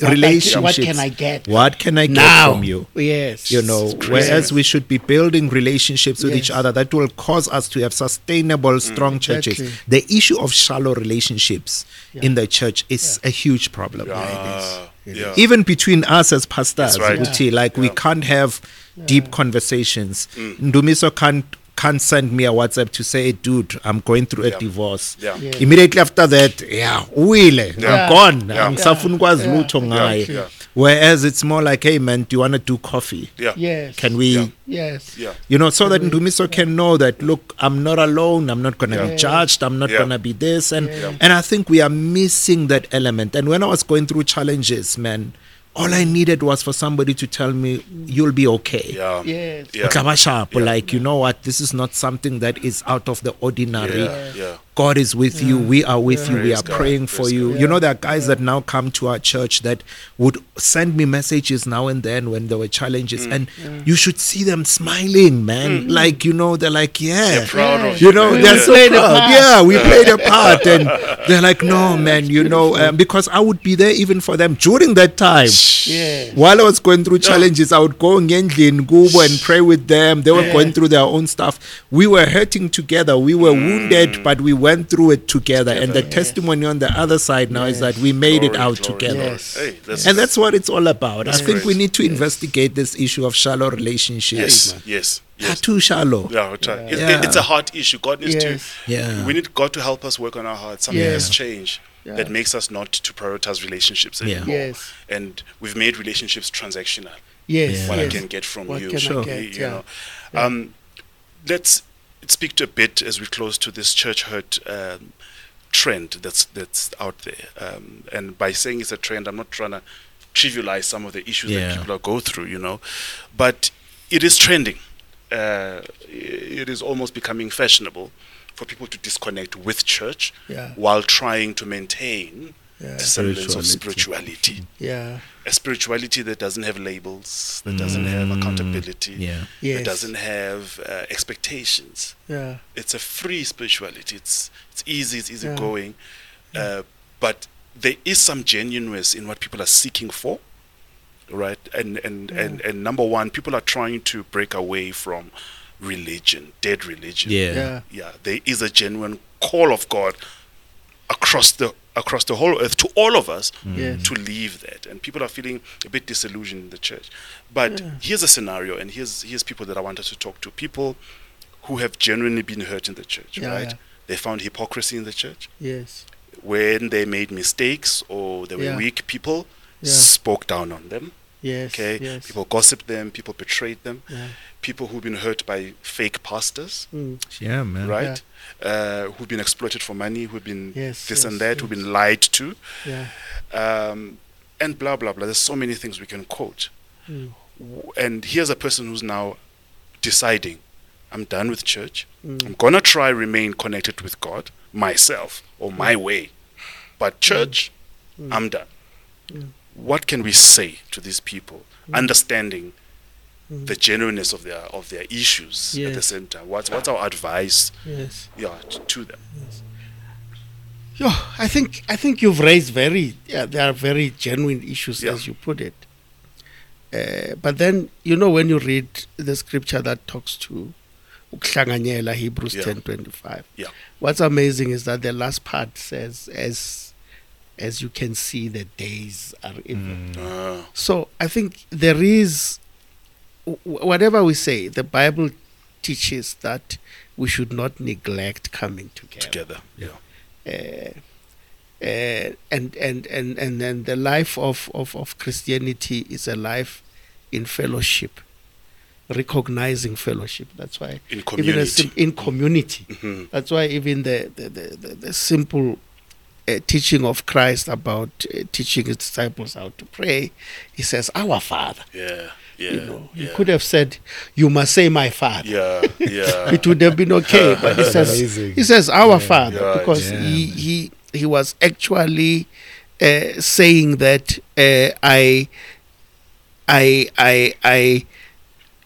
What I- relationships. what can I get? What can I get Now. from you? Yes. You know, crazy, whereas man. we should be building relationships with each Yes. other that will cause us to have Mm. sustainable, strong churches. Exactly. The issue of shallow relationships in the church is a huge problem. Ah, yeah. even between us as pastors, That's right. Uthi, like we can't have deep conversations. Mm. Ndumiso can't can't send me a WhatsApp to say, dude, I'm going through a Yeah. divorce. Yeah. Yeah. Immediately after that, yeah, uile, Yeah. I'm gone. Yeah. I'm safuni kwazi lutho ngaye. Yeah. Whereas it's more like, hey man, do you want to do coffee? yeah. Yes. Can we? Yeah. Yes. Yeah. You know, so that Ndumiso can know that look, I'm not alone. I'm not gonna be Yeah. judged. I'm not Mm-hmm. Yeah. gonna be this, and Yeah. and I think we are missing that element. And when I was going through challenges, man, all I needed was for somebody to tell me you'll be okay. Yeah. Yes. Yeah. Utlaba sharp, Yeah. Like you know what, this is not something that is out of the ordinary. Yeah. Yeah. God is with you. We are with you. We Praise are God. praying for Praise you. God. You know, there are guys that now come to our church that would send me messages now and then when there were Mm. challenges. And you should see them smiling, man. Like, you know, they're like, yeah. They're proud of You you, know, man. they're Yeah. so Played a proud. part. Yeah, we played a part. And they're like, no, man, you know, um, because I would be there even for them during that time. Yes. While I was going through challenges, I would go ngendlini kubo and pray with them. They were Yeah. going through their own stuff. We were hurting together. We were wounded, but we went through it together. And the testimony on the other side now is that we made it Glory, out glory, together. glory. Yes. Hey, that's, And that's what it's all about. I think we great. need to investigate this issue of shallow relationships. yes, yes, They're yes. too shallow. Yeah, we'll try. It, Yeah. it- it's a heart issue. God needs Yes. to. Yeah. We need God to help us work on our hearts. Something Yeah. has changed Yeah. that makes us not to prioritize relationships Yeah. anymore. Yes. And we've made relationships transactional. Yes. What yes. I can get from What you. can I Sure. get, You yeah. know. Um, let's speak to a bit as we close to this church hurt um, trend that's that's out there. Um, and by saying it's a trend, I'm not trying to trivialize some of the issues Yeah. that people are go through, you know, but it is trending. Uh, i- it is almost becoming fashionable for people to disconnect with church Yeah. while trying to maintain Yeah. the semblance of Spirituality. spirituality Yeah. a spirituality that doesn't have labels, that doesn't have Mm, accountability, yeah. that Yes. doesn't have uh, expectations. Yeah. It's a free spirituality. It's it's easy. It's easy Yeah. going, uh, but there is some genuineness in what people are seeking for, right? And and and and number one, people are trying to break away from religion, dead religion Yeah. yeah, there is a genuine call of God across the across the whole earth to all of us Yes. to leave that. And people are feeling a bit disillusioned in the church. But here's a scenario, and here's here's people that I wanted to talk to. People who have genuinely been hurt in the church, Yeah, right? yeah. They found hypocrisy in the church Yes. when they made mistakes or they were Yeah. weak. People Yeah. spoke down on them. Yes, Okay, yes. people gossiped them, people betrayed them, Yeah. Mm. people who've been hurt by fake pastors, Yeah, man. right? Uh, who've been exploited for money, who've been Yes, this and yes, that, who've been lied to, Yeah. um, and blah blah blah. There's so many things we can quote. Mm. W- And here's a person who's now deciding, I'm done with church. Mm. I'm gonna try remain connected with God myself or Hmm. my way, but church, I'm done. Hmm. What can we say to these people, understanding Mm. the genuineness of their of their issues at the Hmm. Yes. same time? What's what's our advice, Yes. yeah, t- to them? Yo, I think I think you've raised very yeah, there are very genuine issues Yeah. as you put it. Uh, but then you know when you read the scripture that talks to ukuhlanganyela Hebrews Yeah. ten twenty five. Yeah. What's amazing is that the last part says as as you can see the days are evil. Uh, So I think there is, wh- whatever we say, the Bible teaches that we should not neglect coming together. together, yeah, Uh, and, and, and, and then the life of, of, of Christianity is a life in fellowship, recognizing fellowship. That's why, in even a community. sim- in community. Mhm. That's why even the the, the, the, the simple uh, teaching of Christ about uh, teaching his disciples how to pray, he says, "Our Father." Yeah, yeah, You know, yeah. he could have said, "You must say my Father." yeah, yeah. It would have been okay, but he says, Amazing. "He says our Father," Yeah, because yeah, he, man. he he was actually uh, saying that uh, I I I I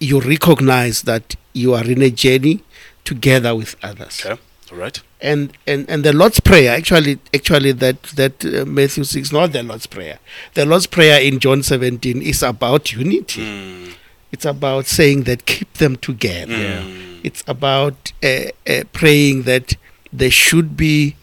you recognize that you are in a journey together with others okay, all right. and and and the Lord's prayer actually actually that that uh, Matthew six not the Lord's prayer the Lord's prayer in John seventeen is about unity Mm, it's about saying that keep them together mm, it's about uh, uh, praying that there should be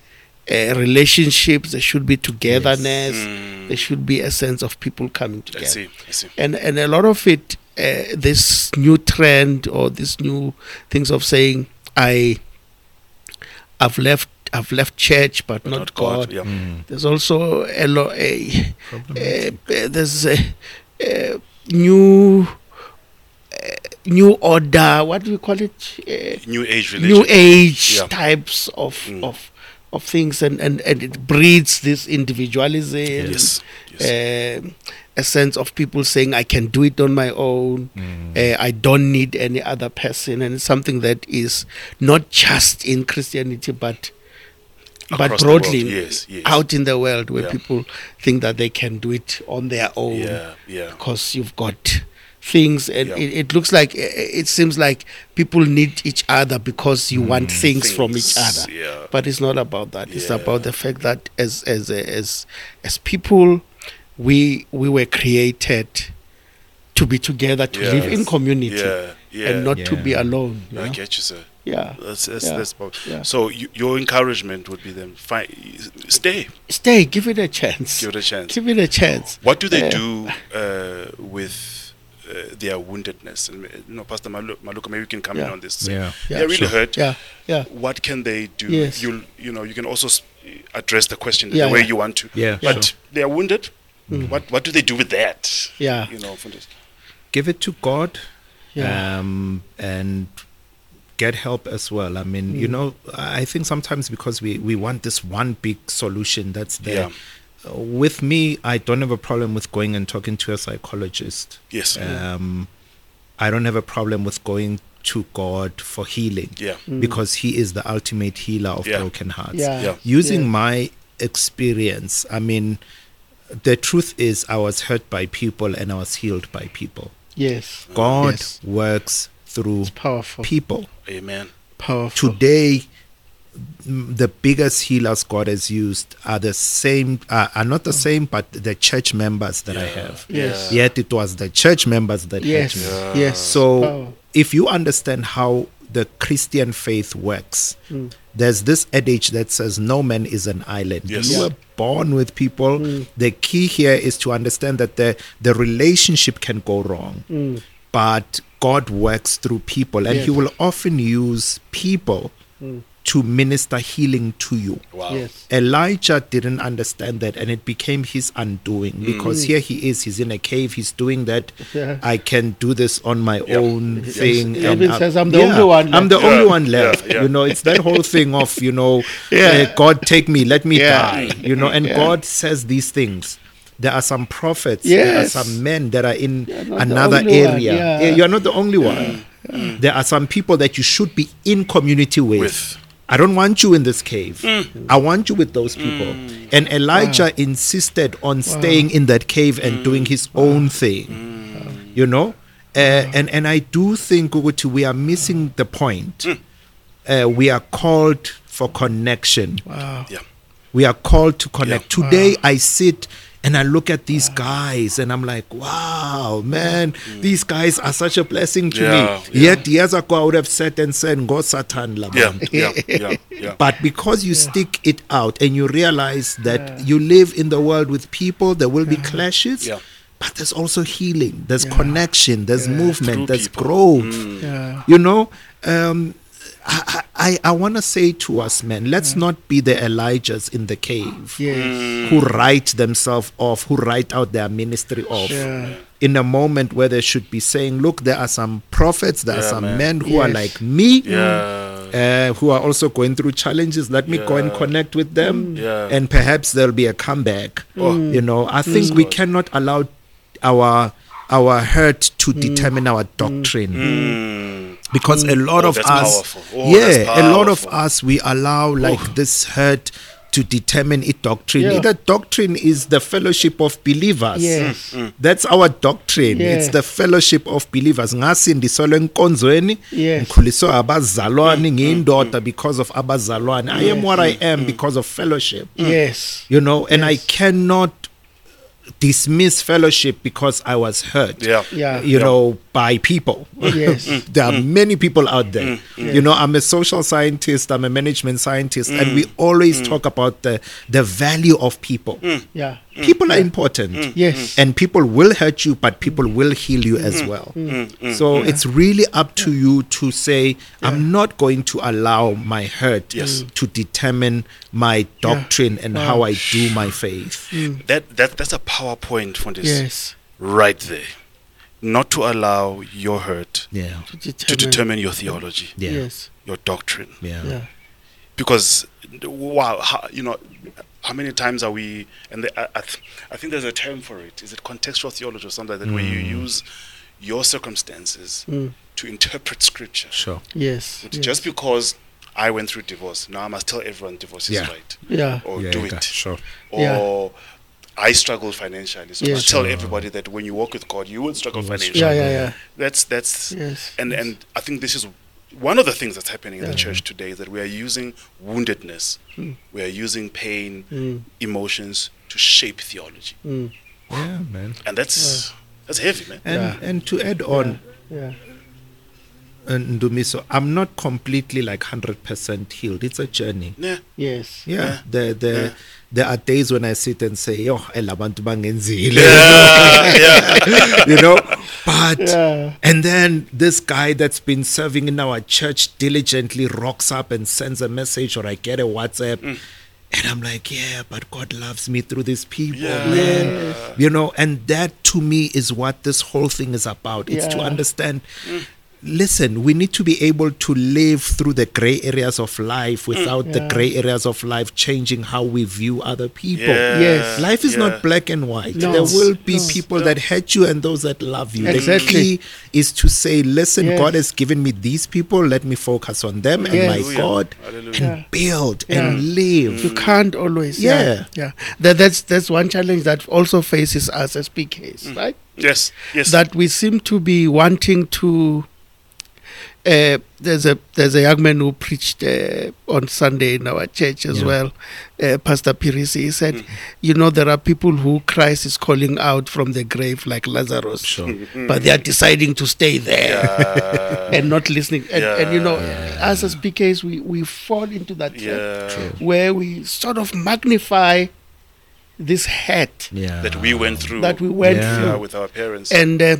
uh, relationships there should be togetherness mm. there should be a sense of people coming together I see, I see. and and a lot of it uh, this new trend or this new things of saying i i've left i've left church but, not, god, Yeah. there's also a lot a, a, a- there's a, a new a new order what do we call it A New age religion. new age Yeah. types of Mm. of of things and, and and it breeds this individualism Yes. yes. um a sense of people saying I can do it on my own. Mm. Uh, I don't need any other person, and it's something that is not just in Christianity, but but Across the broadly world, yes, yes. out in the world where Yeah. people think that they can do it on their own yeah, yeah. because you've got things and Yeah. it, it looks like it seems like people need each other because you want things, from each Mm, Things, other yeah. but it's not about that it's Yeah. about the fact that as as as as people we we were created to be together to live in Yes. community Yeah, yeah. and not to be Yeah. alone you I know? get you, sir. yeah That's that's, Yeah. that's about. Yeah. So you, your encouragement would be then find, stay, stay give it a chance give it a chance. give it a chance What do they Uh, do uh, with uh, their woundedness? And you know, Pastor Malu- Maluka, maybe you can come in Yeah. on this. Yeah. Yeah, they're really sure. hurt. yeah yeah What can they do? Yes. You you know you can also s- address the question Yeah, the way yeah. Mm. you want to. Yeah, But sure. they are wounded. What what do they do with that? Yeah. You know, for this- Give it to God. yeah um, and get help as well. I mean, Mm. you know, I think sometimes because we, we want this one big solution that's there. Uh, With me, I don't have a problem with going and talking to a psychologist. Yes. Um, I don't have a problem with going to God for healing Yeah. Uh, because He is the ultimate healer of Yeah. broken hearts Mm. yeah yeah. using Yeah. my experience i mean the truth is i was hurt by people and i was healed by people yes god Yes. works through it's powerful people Amen. powerful today m- the biggest healers god has used are the same uh, are not the Mm. same but the church members that i have Yes. Yeah. yet it was the church members that yes hurt me yes so Power. if you understand how the Christian faith works, there's this adage that says no man is an island. Yes. You Yeah. were born with people. The key here is to understand that the, the relationship can go wrong. But God works through people and Yes. He will often use people to minister healing to you. Wow. Yes. Elijah didn't understand that, and it became his undoing because here he is, he's in a cave, he's doing that. Yeah. I can do this on my own thing. He and even I- says, "I'm the only one I'm the left." only Yeah, one left. yeah, yeah. You know, it's that whole thing of you know, Yeah. uh, God take me, let me Yeah. die. You know, and Yeah. God says these things. There are some prophets, there are Yes. some men that are in not the another only area. one, yeah. Yeah, You are not the only one. There are some people that you should be in community with. With. I don't want you in this cave. Mm. I want you with those people. And Elijah insisted on staying in that cave and Mm. doing his own thing. You know? Uh, and, and I do think Guguti, we are missing the point. Mm. Uh, we are called for connection. Wow. Yeah. We are called to connect. Today, I sit and I look at these guys and I'm like, wow, man, these guys are such a blessing Mm. to Yeah, me. Yet years ago, I would have sat and said, Go Satan, Laman. Yeah. Yeah. Yeah. Yeah. But because you stick it out and you realize that you live in the world with people, there will be clashes. Yeah. But there's also healing, there's connection, there's movement, Through there's people. Mm. growth. Yeah. You know, um, I, I, I want to say to us, men, let's not be the Elijahs in the cave Yes. Mm. who write themselves off, who write out their ministry off. Sure. In a moment where they should be saying, Look, there are some prophets, there are Yeah, some man. men who are Yes. like me Mm. Yeah. uh, who are also going through challenges. Let me go and Yeah. Mm, connect with them, Yeah. and perhaps there'll be a comeback. Oh. mm. You know, I think we cannot allow our our hurt to determine our doctrine Mm. because a lot Oh, of that's us, powerful. Oh, yeah, that's a lot of powerful. Oh. us, we allow like this hurt. To determine it doctrine, Yeah. the doctrine is the fellowship of believers. Mm. Yes. Mm. That's our doctrine. Yeah. It's the fellowship of believers. Ngasindiselwe enkonzweni, Yes. ngikhuliswe abazalwane Mm, ngiyindoda because of abazalwane. I am what I am because of fellowship. Mm. Yes. You know, and I mm. Yes. cannot dismiss fellowship because I was hurt. Yeah. Yeah. Mm. You know, by people Yes. there are many people out Mm, there. You know, I'm a social scientist, I'm a management scientist, and Mm. we always talk about the, the value of people. Mm, Yeah. Mm. People are important. Mm. Yes. And people will hurt you, but people will heal you Mm. as well. Mm, So it's really up to you to say, I'm not going to allow my hurt Yes. to determine my doctrine and how I do my faith. That that that's a PowerPoint for this. Yes. Right there. Not to allow your hurt Yeah. To to determine. determine your theology, Yeah. Yes. your doctrine. Yeah. Yeah. because wow how, you know how many times are we and the, I, I, th- I think there's a term for it is it contextual theology or something like that where you Mm. use your circumstances Mm. to interpret scripture Sure. Yes. It's just because i went through divorce now i must tell everyone divorce is Yeah. right Yeah. or Yeah, do yeah, it Sure. or Yeah. I struggled financially, so I Yeah. must tell everybody that when you walk with God, you will struggle financially. Yeah. Yeah. Yeah. That's that's Yes, and yes. and I think this is one of the things that's happening in the church today is that we are using woundedness, Hmm. we are using pain, Mm. emotions to shape theology, Mm. Yeah, man. and that's that's heavy, man. And, Yeah. and to add on, Yeah. uh, Ndumiso, I'm not completely like 100% healed. It's a journey. Yeah, Yes. Yeah. Yeah. The, the, Yeah. There are days when I sit and say, oh, elabantu bangenzile. yeah, you know, but. Yeah. And then this guy that's been serving in our church diligently rocks up and sends a message, or I get a WhatsApp. Mm. And I'm like, yeah, but God loves me through these people, Yeah. man. You know, and that to me is what this whole thing is about. It's to Yeah. understand. Mm. Listen, we need to be able to live through the gray areas of Mm. life without the Yeah. gray areas of life changing how we view other people. Yeah. Yes. Life is Yeah. not black and white. No. There will be No. people that hate you and those that love you. The Exactly. key is to say, listen, Yes. God has given me these people. Let me focus on them and Yes. my Hallelujah. God Hallelujah. and build and Yeah. live. You Mm. can't always. Yeah. Yeah. Yeah. That, that's that's one challenge that also faces us as PKs, Mm. right? yes, yes, that we seem to be wanting to. Uh, there's a there's a young man who preached uh, on Sunday in our church as Yeah. Mm-hmm. well, uh, Pastor Pirisi. He said, "You know, there are people who Christ is calling out from the grave, like Lazarus, Sure. but they are deciding to stay there yeah, and not listening." And, and you know, Yeah. us as PKs, we we fall into that trap yeah. where we sort of magnify this hurt Yeah. That we went through that we went Yeah. through yeah, with our parents. and uh,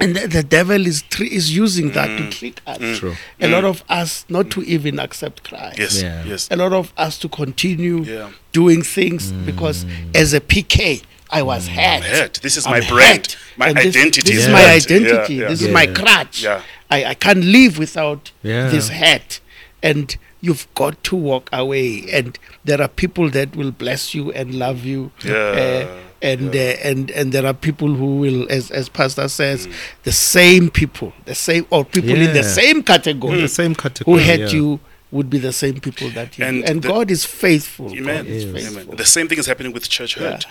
and the, the devil is tri- is using that Mm. to trick us. True. A lot of us not to even accept Christ. Yes, Yeah. yes. A lot of us to continue Yeah. doing things because as a PK I was hurt. Mm. hurt. This is I'm my brand. hurt. My And this- identity This, is is my hurt. Yeah, identity. yeah. This Yeah. is my crutch. Yeah. I, I can't live without Yeah. this hurt. And you've got to walk away. And there are people that will bless you and love you. Yeah. Mm. Uh, and uh, and and there are people who will, as as Pastor says, the same people, the same or people in the Yeah. same category Mm. the same who category. hurt yeah. you would be the same people that you. And And, the- God is faithful. God Amen. is Yes. Amen. faithful. The same thing is happening with church Yeah. hurt.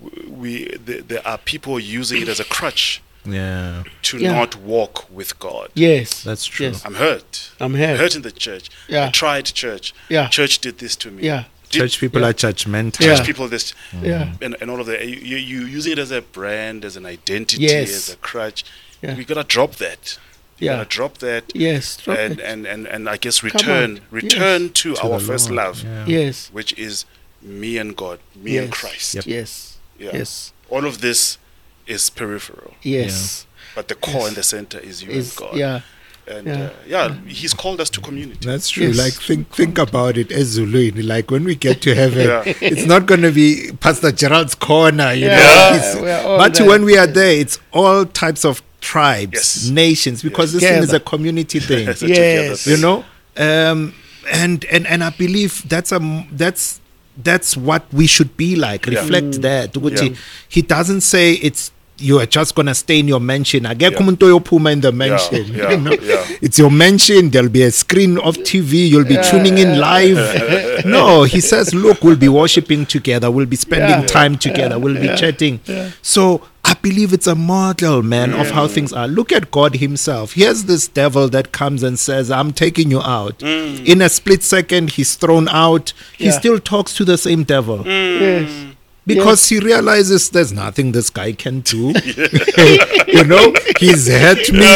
W- We there, there are people using it as a crutch Yeah, to Yeah. not walk with God. Yes, That's true. Yes. I'm hurt. I'm hurt. Hurt in the church. Yeah. I tried church. Yeah. Church did this to me. Yeah. Did church people yeah. are judgmental. church Yeah. people this Yeah. and, and all of that. You you you're using it as a brand, as an identity, Yes. as a crutch. Yeah. We gotta drop that. We Yeah. gotta drop that. Yes, drop and, it. and, and and I guess on. return Yes. return to, To our the first Lord, love, yeah. Yes. which is me and God, me yes. and Christ. Yep. Yes. Yeah. Yes. All of this is peripheral, Yes. but the core Yes. and the center is you Is- and God. yeah. And Yeah. Uh, yeah, He's called us to community. That's true. Yes. Like think think about it as Zuluini. Like when we get to heaven, Yeah. it's not going to be Pastor Gerald's corner, you Yeah, know. yeah, It's- we are all but there. when we are there, it's all types of tribes, Yes. nations, because this thing is Together. a community thing. It's a together Yes. thing. you know um and and and i believe that's a m- that's that's what we should be like Yeah. reflect that ukuthi Yeah. he doesn't say it's you are just going to stay in your mansion akekho Yeah. umuntu oyophuma in the mansion yeah, you know? yeah. it's your mansion there'll be a screen of tv you'll be tuning in live no he says look we'll be worshiping together we'll be spending Yeah. time together we'll be chatting so i believe it's a model man of how things are look at god himself here's this devil that comes and says i'm taking you out in a split second he's thrown out he Mm. Yeah. Mm. still talks to the same devil Yes. because he realizes there's nothing this guy can do. you know, he's hurt me,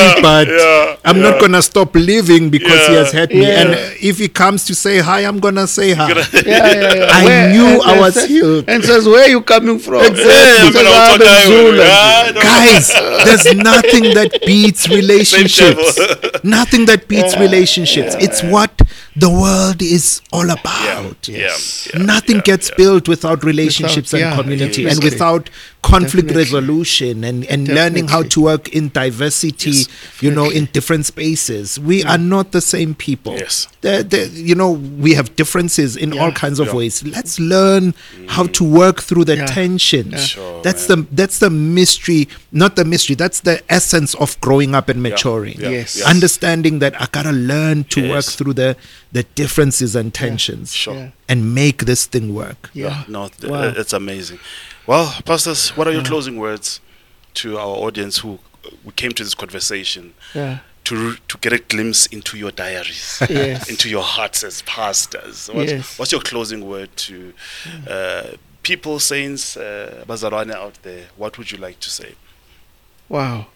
but yeah, I'm not gonna stop living because he Yeah. has hurt me. And Yeah. uh, if he comes to say hi, I'm gonna say hi. Yeah, yeah, yeah. I knew and- I and was says- healed. And says, where are you coming from? Hey, He I'm says, gonna "I'm talk in to you. Zulu." Yeah, no. Guys, there's nothing that beats relationships. Same nothing that beats relationships. it's what the world is all about. Yeah, Yes. yeah, Nothing yeah, gets yeah. built without relationships Without- and yeah, community and definitely. without conflict Definitely. resolution and, and learning how to Definitely. work in diversity, you know, in different spaces. We Mm. are not the same people. Yes. There- there- you know, we have differences in all Yeah. kinds of Yeah. Mm. ways. Let's learn how to work through the Yeah. tension. Sure, that's the that's the mystery, not the mystery. That's the essence of growing up and maturing. yeah, Yes. yeah. Understanding that I gotta learn to work Yes. through the the differences and tensions Sure. Yeah. and make this thing work. Yeah. No, th- Wow. it's amazing. Well, pastors, what are your closing words to our audience who uh, who came to this conversation Yeah. to to get a glimpse into your diaries, Yes. into your hearts as pastors? What's, Yes. Hmm. what's your closing word to uh, people, saints, uh, Bazarana out there? What would you like to say? Wow.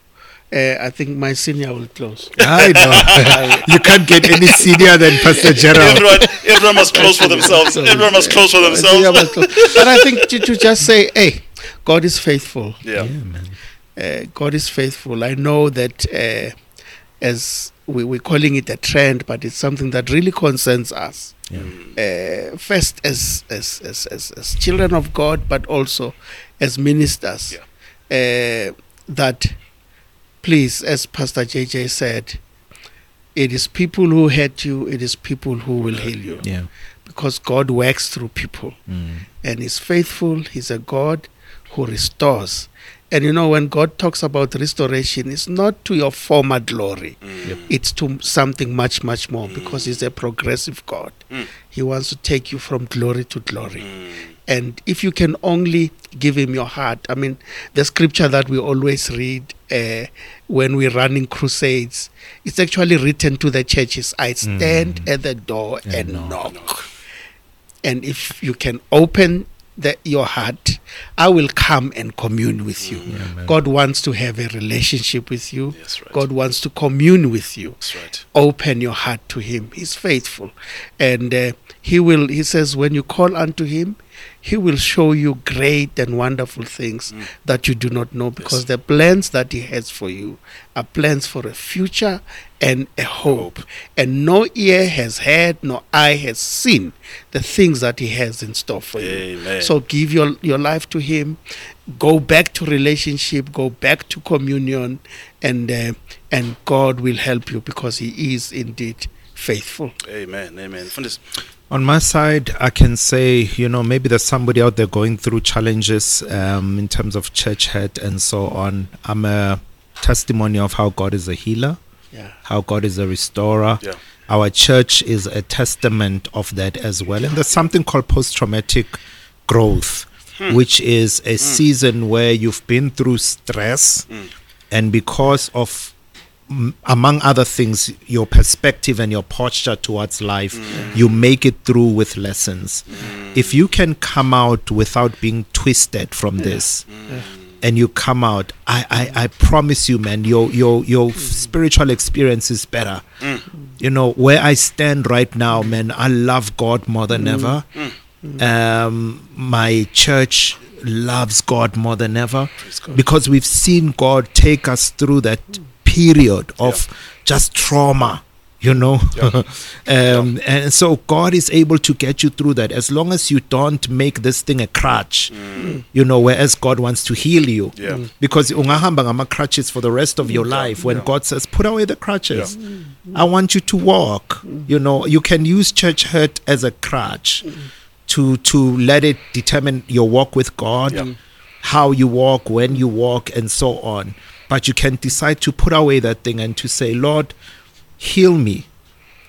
Uh, I think my senior will close. I know. you can't get any senior than Pastor Gerald. Everyone, everyone must close for themselves. Everyone must close for I think I will themselves. close. but I think to, to just say, hey, God is faithful. Yeah. uh, God is faithful. I know that uh, as we, we're calling it a trend, but it's something that really concerns us. Uh, first, as as, as, as as children of God, but also as ministers, uh, that please, as Pastor JJ said, it is people who hurt you, it is people who will heal you, yeah. because God works through people Mm. and he's faithful. He's a God who restores. And you know, when God talks about restoration, it's not to your former glory, it's to something much, much more because he's a progressive God. He wants to take you from glory to glory. Mm. And if you can only give him your heart, I mean, the scripture that we always read uh, when we're running crusades, it's actually written to the churches I stand at the door Mm. and, knock and if you can open the, your heart, I will come and commune with you. God wants to have a relationship with you. Yes, right. God wants to commune with you. That's right. Open your heart to Him. He's faithful, and uh, He will. He says, "When you call unto Him, He will show you great and wonderful things that you do not know because the plans that He has for you are plans for a future and a hope. And no ear has heard, nor eye has seen the things that He has in store for you. Amen. So give your, your life to Him, go back to relationship, go back to communion, and, uh, and God will help you because He is indeed faithful. Amen. Amen. Fundis. On my side, I can say, you know, maybe there's somebody out there going through challenges um, in terms of church hurt and so on. I'm a testimony of how God is a healer, Yeah. how God is a restorer. Yeah. Our church is a testament of that as well. And there's something called post traumatic growth, which is a season where you've been through stress, and because of m- among other things, your perspective and your posture towards life, you make it through with lessons. If you can come out without being twisted from this, and you come out, I, I, I promise you, man, your your your spiritual experience is better. You know where I stand right now, man. I love God more than ever. Um, my church loves God more than ever because we've seen God take us through that period of just trauma, you know. um, And so God is able to get you through that as long as you don't make this thing a crutch, you know, whereas God wants to heal you. Yeah. Mm. Because ungahamba ngama crutches for the rest of your life when God says, put away the crutches. I want you to walk. You know, you can use church hurt as a crutch to to let it determine your walk with God, Yeah. Mm. how you walk, when you walk, and so on. But you can decide to put away that thing and to say, Lord, heal me,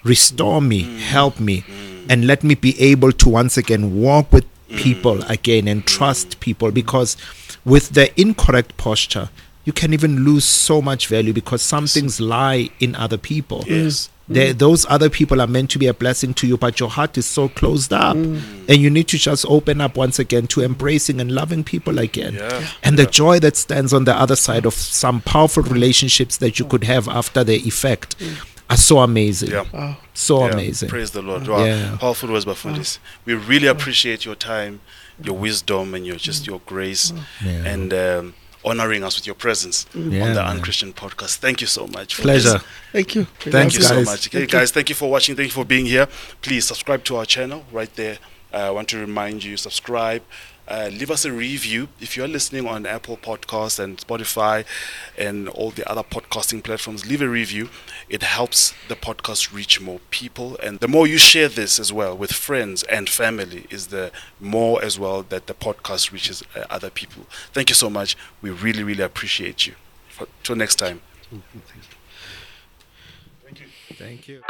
restore me, Mm. help me, and let me be able to once again walk with Mm. people again and trust people because with the incorrect posture, you can even lose so much value because some things lie in other people. Yes. They, those other people are meant to be a blessing to you, but your heart is so closed up, Mm. and you need to just open up once again to embracing and loving people again. Yeah. And the joy that stands on the other side of some powerful relationships that you could have after the effect are so amazing. Mm. Yeah. Wow. So Yeah, amazing. Praise the Lord. Wow. Yeah. Powerful words by Fundis. We really appreciate your time, your wisdom, and your just your grace, Yeah. and um, honoring us with your presence on Yeah, the man. Unchristian podcast. Thank you so much. Fundis. Pleasure. Thank you. Thank Thank you you, so guys. much. Okay, guys, thank you for watching. Thank you for being here. Please subscribe to our channel right there. Uh, I want to remind you subscribe. Uh, leave us a review if you're listening on Apple Podcasts and Spotify and all the other podcasting platforms. Leave a review, it helps the podcast reach more people. And the more you share this as well with friends and family, is the more as well that the podcast reaches uh, other people. Thank you so much. We really, really appreciate you. For, till next time. Thank you.